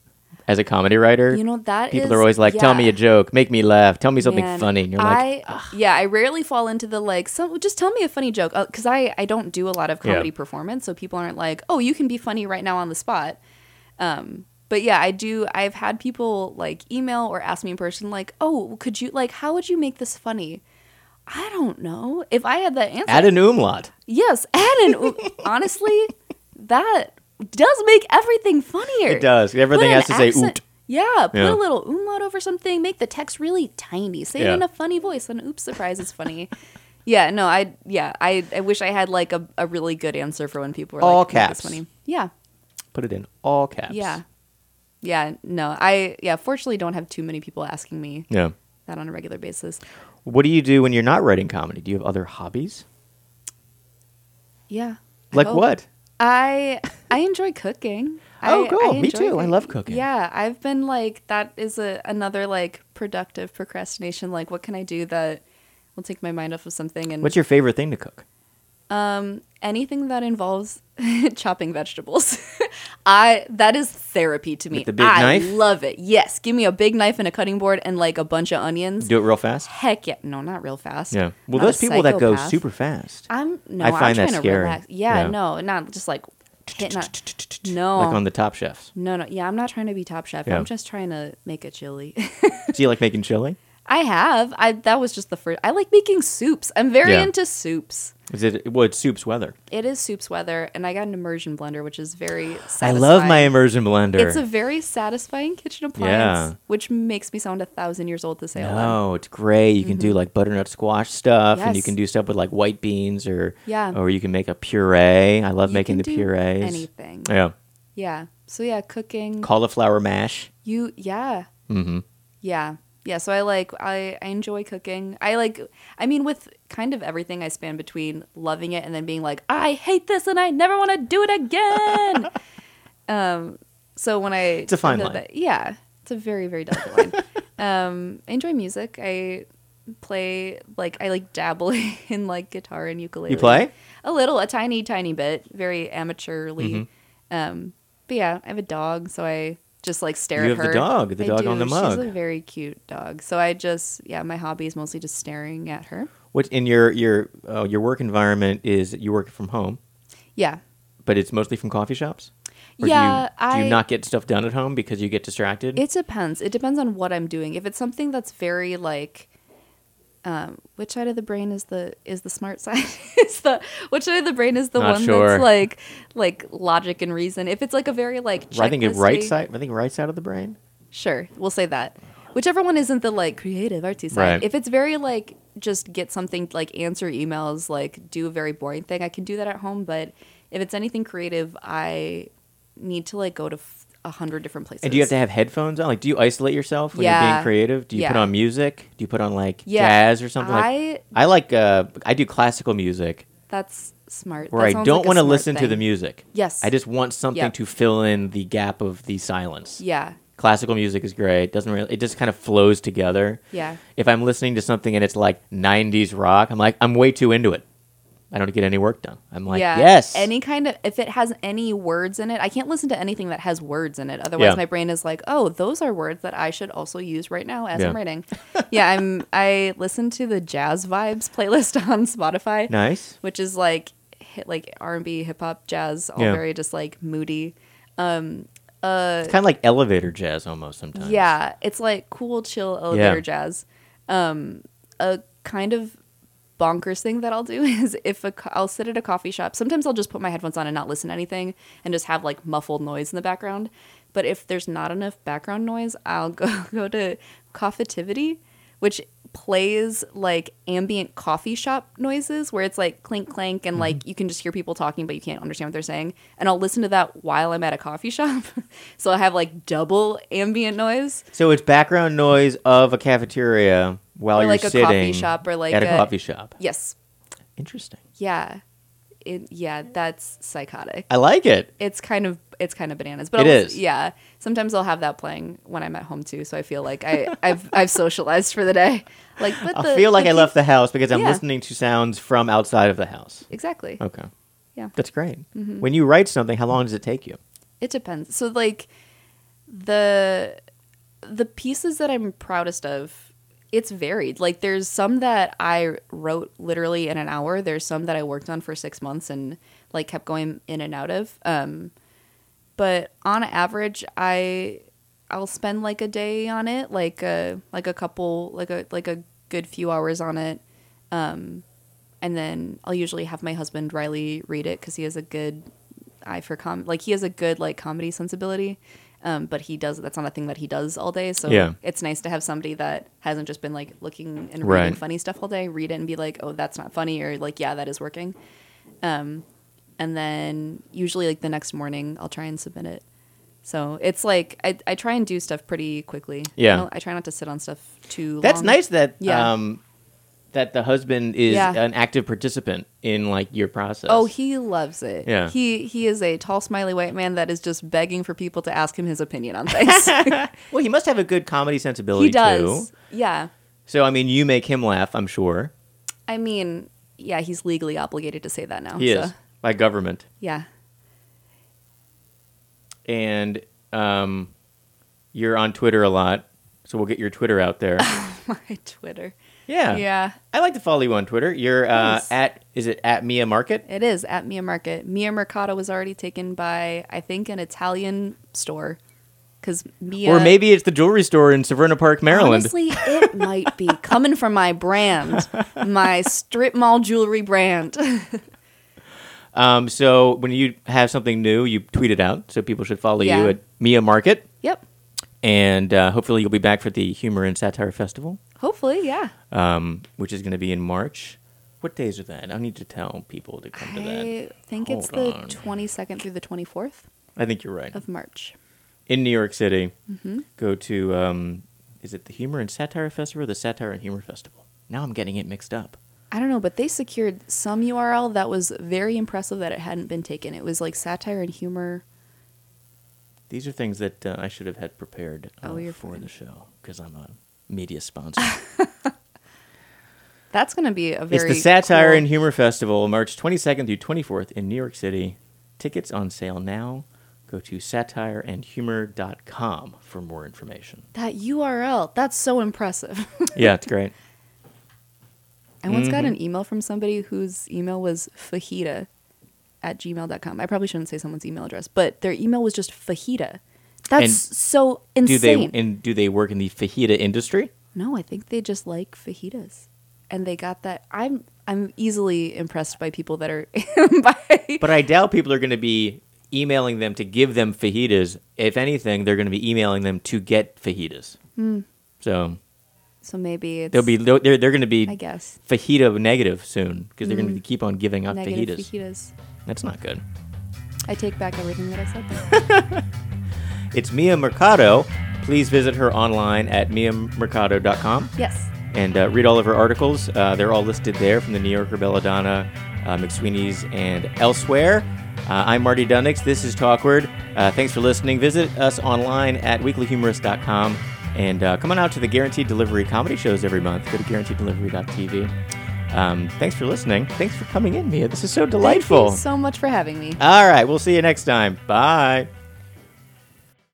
[SPEAKER 1] as a comedy writer.
[SPEAKER 2] You know, that
[SPEAKER 1] people
[SPEAKER 2] is-
[SPEAKER 1] are always like, "Tell me
[SPEAKER 2] yeah.
[SPEAKER 1] a joke, make me laugh, tell me something
[SPEAKER 2] Man,
[SPEAKER 1] funny." And you're like,
[SPEAKER 2] I, yeah, I rarely fall into the like, some, just tell me a funny joke. Because I, I don't do a lot of
[SPEAKER 1] Yeah.
[SPEAKER 2] comedy performance. So people aren't like, oh, you can be funny right now on the spot. Um, but yeah, I do. I've had people like email or ask me in person, like, oh, could you, like, how would you make this funny? I don't know. If I had that answer,
[SPEAKER 1] "Add an umlaut."
[SPEAKER 2] yes, add an, honestly, that does make everything funnier.
[SPEAKER 1] It does.
[SPEAKER 2] Put
[SPEAKER 1] Everything
[SPEAKER 2] an
[SPEAKER 1] has to say
[SPEAKER 2] accent-
[SPEAKER 1] "oot."
[SPEAKER 2] Yeah, put
[SPEAKER 1] Yeah.
[SPEAKER 2] a little umlaut over something. Make the text really tiny. Say
[SPEAKER 1] Yeah.
[SPEAKER 2] it in a funny voice. An oops surprise is funny. yeah, no, I yeah, I, I wish I had like a, a really good answer for when people were
[SPEAKER 1] All
[SPEAKER 2] like, "Make
[SPEAKER 1] caps.
[SPEAKER 2] this Funny. Yeah,
[SPEAKER 1] Put it in all caps.
[SPEAKER 2] yeah, yeah. No, I yeah. Fortunately, don't have too many people asking me
[SPEAKER 1] Yeah.
[SPEAKER 2] that on a regular basis.
[SPEAKER 1] What do you do when you're not writing comedy? Do you have other hobbies?
[SPEAKER 2] Yeah. Oh, I
[SPEAKER 1] Like
[SPEAKER 2] hope.
[SPEAKER 1] what?
[SPEAKER 2] I I enjoy cooking.
[SPEAKER 1] Oh,
[SPEAKER 2] I-
[SPEAKER 1] cool.
[SPEAKER 2] I
[SPEAKER 1] Me
[SPEAKER 2] enjoy
[SPEAKER 1] too. I love cooking.
[SPEAKER 2] Yeah, I've been like that is a another like productive procrastination. Like, what can I do that will take my mind off of something? And
[SPEAKER 1] What's your favorite thing to cook?
[SPEAKER 2] um, anything that involves chopping vegetables, I that is therapy to me.
[SPEAKER 1] the big
[SPEAKER 2] I
[SPEAKER 1] knife?
[SPEAKER 2] love it. Yes, give me a big knife and a cutting board and like a bunch of onions.
[SPEAKER 1] Do it real fast.
[SPEAKER 2] Heck yeah! No, not real fast.
[SPEAKER 1] Yeah. Well,
[SPEAKER 2] Not a
[SPEAKER 1] those people that go
[SPEAKER 2] psychopath.
[SPEAKER 1] super fast,
[SPEAKER 2] I'm no.
[SPEAKER 1] I
[SPEAKER 2] I
[SPEAKER 1] find
[SPEAKER 2] am
[SPEAKER 1] that
[SPEAKER 2] trying to
[SPEAKER 1] scary.
[SPEAKER 2] Relax. Yeah,
[SPEAKER 1] Yeah.
[SPEAKER 2] no, not just like hit. Not, no,
[SPEAKER 1] like on the Top Chefs.
[SPEAKER 2] no, no. Yeah, I'm not trying to be top chef.
[SPEAKER 1] Yeah.
[SPEAKER 2] I'm just trying to make a chili.
[SPEAKER 1] Do you like making chili?
[SPEAKER 2] I have. I that was just the first. I like making soups. I'm very
[SPEAKER 1] Yeah.
[SPEAKER 2] into soups.
[SPEAKER 1] Is it well? It's soups weather.
[SPEAKER 2] It is soups weather, and I got an immersion blender, which is very.
[SPEAKER 1] I
[SPEAKER 2] Satisfying.
[SPEAKER 1] love my immersion blender.
[SPEAKER 2] It's a very satisfying kitchen appliance,
[SPEAKER 1] Yeah.
[SPEAKER 2] which makes me sound a thousand years old to say all that.
[SPEAKER 1] No, it's great. You can do like butternut squash stuff, and you
[SPEAKER 2] Mm-hmm. Yes.
[SPEAKER 1] can do stuff with like white beans, or
[SPEAKER 2] Yeah.
[SPEAKER 1] or you can make a puree. I love
[SPEAKER 2] You
[SPEAKER 1] making the
[SPEAKER 2] can do
[SPEAKER 1] purees.
[SPEAKER 2] Anything.
[SPEAKER 1] Yeah,
[SPEAKER 2] Yeah. So yeah, cooking.
[SPEAKER 1] cauliflower mash.
[SPEAKER 2] You yeah.
[SPEAKER 1] Mm-hmm.
[SPEAKER 2] Yeah. Yeah, so I like I I enjoy cooking. I like I mean with kind of everything I span between loving it and then being like I hate this and I never want to do it again. um so when I It's
[SPEAKER 1] a fine line.
[SPEAKER 2] yeah. It's a very very delicate line. um I enjoy music. I play like I like dabble in like guitar and ukulele.
[SPEAKER 1] You play?
[SPEAKER 2] A little, a tiny tiny bit, very amateurly.
[SPEAKER 1] Mm-hmm.
[SPEAKER 2] Um but yeah, I have a dog, so I just like stare
[SPEAKER 1] You
[SPEAKER 2] at
[SPEAKER 1] have the
[SPEAKER 2] her.
[SPEAKER 1] dog, the
[SPEAKER 2] I
[SPEAKER 1] dog on the mug.
[SPEAKER 2] She's a very cute dog. So I just, yeah, my hobby is mostly just staring at her.
[SPEAKER 1] What in your your uh, your work environment is? You work from home,
[SPEAKER 2] Yeah.
[SPEAKER 1] but it's mostly from coffee shops.
[SPEAKER 2] yeah.
[SPEAKER 1] do you, do you
[SPEAKER 2] I,
[SPEAKER 1] not get stuff done at home because you get distracted?
[SPEAKER 2] It depends. It depends on what I'm doing. If it's something that's very like, um, which side of the brain is the is the smart side? is the which side of the brain is the
[SPEAKER 1] Not
[SPEAKER 2] one
[SPEAKER 1] sure.
[SPEAKER 2] that's like like logic and reason? If it's like a very like
[SPEAKER 1] I think it right
[SPEAKER 2] checklisty-
[SPEAKER 1] side. I think right side of the brain.
[SPEAKER 2] Sure, we'll say that. Whichever one isn't the like creative artsy side.
[SPEAKER 1] Right.
[SPEAKER 2] If it's very like just get something like answer emails, like do a very boring thing, I can do that at home. But if it's anything creative, I need to like go to f- a hundred different places.
[SPEAKER 1] And do you have to have headphones on? Like, do you isolate yourself when you're being
[SPEAKER 2] Yeah.
[SPEAKER 1] creative? Do you put
[SPEAKER 2] Yeah.
[SPEAKER 1] on music? Do you put on like
[SPEAKER 2] Yeah.
[SPEAKER 1] jazz or something? like,
[SPEAKER 2] I-
[SPEAKER 1] I like uh, I do classical music
[SPEAKER 2] That's smart.
[SPEAKER 1] where
[SPEAKER 2] That
[SPEAKER 1] I
[SPEAKER 2] sounds
[SPEAKER 1] don't
[SPEAKER 2] like a
[SPEAKER 1] want to
[SPEAKER 2] smart
[SPEAKER 1] listen to
[SPEAKER 2] thing.
[SPEAKER 1] the music.
[SPEAKER 2] Yes.
[SPEAKER 1] I just want something
[SPEAKER 2] Yeah.
[SPEAKER 1] to fill in the gap of the silence.
[SPEAKER 2] Yeah.
[SPEAKER 1] Classical music is great. Doesn't really. It just kind of flows together.
[SPEAKER 2] Yeah.
[SPEAKER 1] If I'm listening to something and it's like '90s rock, I'm like, I'm way too into it. I don't get any work done. I'm like,
[SPEAKER 2] yeah.
[SPEAKER 1] yes.
[SPEAKER 2] Any kind of if it has any words in it, I can't listen to anything that has words in it. Otherwise,
[SPEAKER 1] Yeah.
[SPEAKER 2] my brain is like, "Oh, those are words that I should also use right now as
[SPEAKER 1] Yeah.
[SPEAKER 2] I'm writing." yeah, I'm. I listen to the jazz vibes playlist on Spotify,
[SPEAKER 1] nice.
[SPEAKER 2] which is like hit like R and B, hip hop, jazz, all
[SPEAKER 1] Yeah.
[SPEAKER 2] very just like moody.
[SPEAKER 1] it's kind of like elevator jazz almost sometimes.
[SPEAKER 2] Uh, Yeah, it's like cool, chill elevator jazz. Um, a kind of bonkers thing that I'll do is if a co- I'll sit at a coffee shop. Sometimes I'll just put my headphones on and not listen to anything and just have like muffled noise in the background. But if there's not enough background noise, I'll go go to Coffitivity, which plays like ambient coffee shop noises where it's like clink clank and like you can just hear people talking but you can't understand what they're saying. And I'll listen to that while I'm at a coffee shop. so I have like double ambient noise.
[SPEAKER 1] So it's background noise of a cafeteria while
[SPEAKER 2] Or
[SPEAKER 1] you're
[SPEAKER 2] like a
[SPEAKER 1] sitting
[SPEAKER 2] coffee shop or like
[SPEAKER 1] at a,
[SPEAKER 2] a-
[SPEAKER 1] coffee shop.
[SPEAKER 2] Yes.
[SPEAKER 1] Interesting.
[SPEAKER 2] Yeah. It, yeah, that's psychotic.
[SPEAKER 1] I like it.
[SPEAKER 2] it's kind of it's kind of bananas, but
[SPEAKER 1] It
[SPEAKER 2] I'll listen-
[SPEAKER 1] is.
[SPEAKER 2] Yeah, sometimes I'll have that playing when I'm at home too, so I feel like I I've I've socialized for the day. Like, but
[SPEAKER 1] I
[SPEAKER 2] the-
[SPEAKER 1] feel like
[SPEAKER 2] the
[SPEAKER 1] I left the house because I'm
[SPEAKER 2] Yeah.
[SPEAKER 1] listening to sounds from outside of the house.
[SPEAKER 2] peop- exactly.
[SPEAKER 1] Okay.
[SPEAKER 2] Yeah. Mm-hmm.
[SPEAKER 1] That's great. When you write something, how long does it take you?
[SPEAKER 2] It depends. So like the the pieces that I'm proudest of, it's varied. Like there's some that I wrote literally in an hour. There's some that I worked on for six months and like kept going in and out of. Um, but on average, I I'll spend like a day on it, like a like a couple, like a like a good few hours on it, um, and then I'll usually have my husband Riley read it because he has a good eye for com like he has a good like comedy sensibility. Um, but he does that's not a thing that he does all day. So
[SPEAKER 1] Yeah.
[SPEAKER 2] it's nice to have somebody that hasn't just been like looking and reading
[SPEAKER 1] Right.
[SPEAKER 2] funny stuff all day, read it and be like, oh, that's not funny, or like, yeah, that is working. Um, and then usually like the next morning, I'll try and submit it. So it's like I, I try and do stuff pretty quickly.
[SPEAKER 1] Yeah.
[SPEAKER 2] I, don't- I try not to sit on stuff too.
[SPEAKER 1] That's
[SPEAKER 2] long.
[SPEAKER 1] nice that
[SPEAKER 2] Yeah.
[SPEAKER 1] um, that the husband is
[SPEAKER 2] Yeah.
[SPEAKER 1] an active participant in like your process.
[SPEAKER 2] Oh, he loves it.
[SPEAKER 1] Yeah.
[SPEAKER 2] He he is a tall, smiley white man that is just begging for people to ask him his opinion on things.
[SPEAKER 1] well, he must have a good comedy sensibility
[SPEAKER 2] he does.
[SPEAKER 1] too.
[SPEAKER 2] Yeah.
[SPEAKER 1] So I mean, you make him laugh, I'm sure.
[SPEAKER 2] I mean, yeah, he's legally obligated to say that now.
[SPEAKER 1] He
[SPEAKER 2] so,
[SPEAKER 1] is by government,
[SPEAKER 2] Yeah.
[SPEAKER 1] and um, you're on Twitter a lot, so we'll get your Twitter out there.
[SPEAKER 2] My Twitter.
[SPEAKER 1] yeah,
[SPEAKER 2] Yeah.
[SPEAKER 1] I like to follow you on Twitter. You're uh,
[SPEAKER 2] Nice.
[SPEAKER 1] at is it at Mia Market?
[SPEAKER 2] It is at Mia Market. Mia Mercado was already taken by, I think, an Italian store. Because Mia.
[SPEAKER 1] Or maybe it's the jewelry store in Severna Park, Maryland.
[SPEAKER 2] Honestly, it might be coming from my brand, my strip mall jewelry brand.
[SPEAKER 1] Um, so when you have something new, you tweet it out. So people should follow
[SPEAKER 2] Yeah.
[SPEAKER 1] you at Mia Market,
[SPEAKER 2] yep.
[SPEAKER 1] and uh, hopefully you'll be back for the Humor and Satire Festival,
[SPEAKER 2] Hopefully, yeah.
[SPEAKER 1] um, which is going to be in March. What days are that? I need to tell people to come to that.
[SPEAKER 2] I think it's
[SPEAKER 1] Hold
[SPEAKER 2] the
[SPEAKER 1] on.
[SPEAKER 2] 22nd through the 24th
[SPEAKER 1] I think you're right.
[SPEAKER 2] of Mm-hmm. March.
[SPEAKER 1] In New York City, go to um, is it the Humor and Satire Festival or the Satire and Humor Festival? Now I'm getting it mixed up.
[SPEAKER 2] I don't know, but they secured some URL that was very impressive that it hadn't been taken. It was like satire and humor.
[SPEAKER 1] These are things that uh, I should have had prepared uh,
[SPEAKER 2] Oh, you're
[SPEAKER 1] for
[SPEAKER 2] fine.
[SPEAKER 1] the show because I'm a media sponsor.
[SPEAKER 2] That's going to be a very
[SPEAKER 1] it's the Satire
[SPEAKER 2] cool-
[SPEAKER 1] and Humor Festival, March 22nd through 24th in New York City. Tickets on sale now. Go to satireandhumor.com for more information.
[SPEAKER 2] That URL, that's so impressive.
[SPEAKER 1] yeah, it's great.
[SPEAKER 2] I once
[SPEAKER 1] Mm-hmm.
[SPEAKER 2] got an email from somebody whose email was fajita at gmail.com. I probably shouldn't say someone's email address, but their email was just fajita. That's
[SPEAKER 1] And
[SPEAKER 2] so
[SPEAKER 1] Do
[SPEAKER 2] insane.
[SPEAKER 1] they and do they work in the fajita industry?
[SPEAKER 2] no, I think they just like fajitas. And they got that. I'm I'm easily impressed by people that are by
[SPEAKER 1] But I doubt people are going to be emailing them to give them fajitas. If anything, they're going to be emailing them to get fajitas. So
[SPEAKER 2] So maybe it's
[SPEAKER 1] they'll be they're they're going to
[SPEAKER 2] I
[SPEAKER 1] be
[SPEAKER 2] guess
[SPEAKER 1] fajita negative soon because they're going to keep on giving out
[SPEAKER 2] negative
[SPEAKER 1] Uh, fajitas.
[SPEAKER 2] fajitas.
[SPEAKER 1] That's not good.
[SPEAKER 2] I take back everything that I said.
[SPEAKER 1] It's Mia Mercado. Please visit her online at miamercado.com
[SPEAKER 2] yes.
[SPEAKER 1] and uh, read all of her articles. Uh, they're all listed there from the New Yorker, Belladonna, uh, McSweeney's, and elsewhere. Uh, I'm Marty Dunnix. This is Talkward. Uh, thanks for listening. Visit us online at weeklyhumorist.com and uh, come on out to the Guaranteed Delivery comedy shows every month. Go to guaranteeddelivery.tv. Um, thanks for listening. Thanks for coming in, Mia. This is so
[SPEAKER 2] Thank you
[SPEAKER 1] delightful.
[SPEAKER 2] so much for having me.
[SPEAKER 1] all right, we'll see you next time. Bye.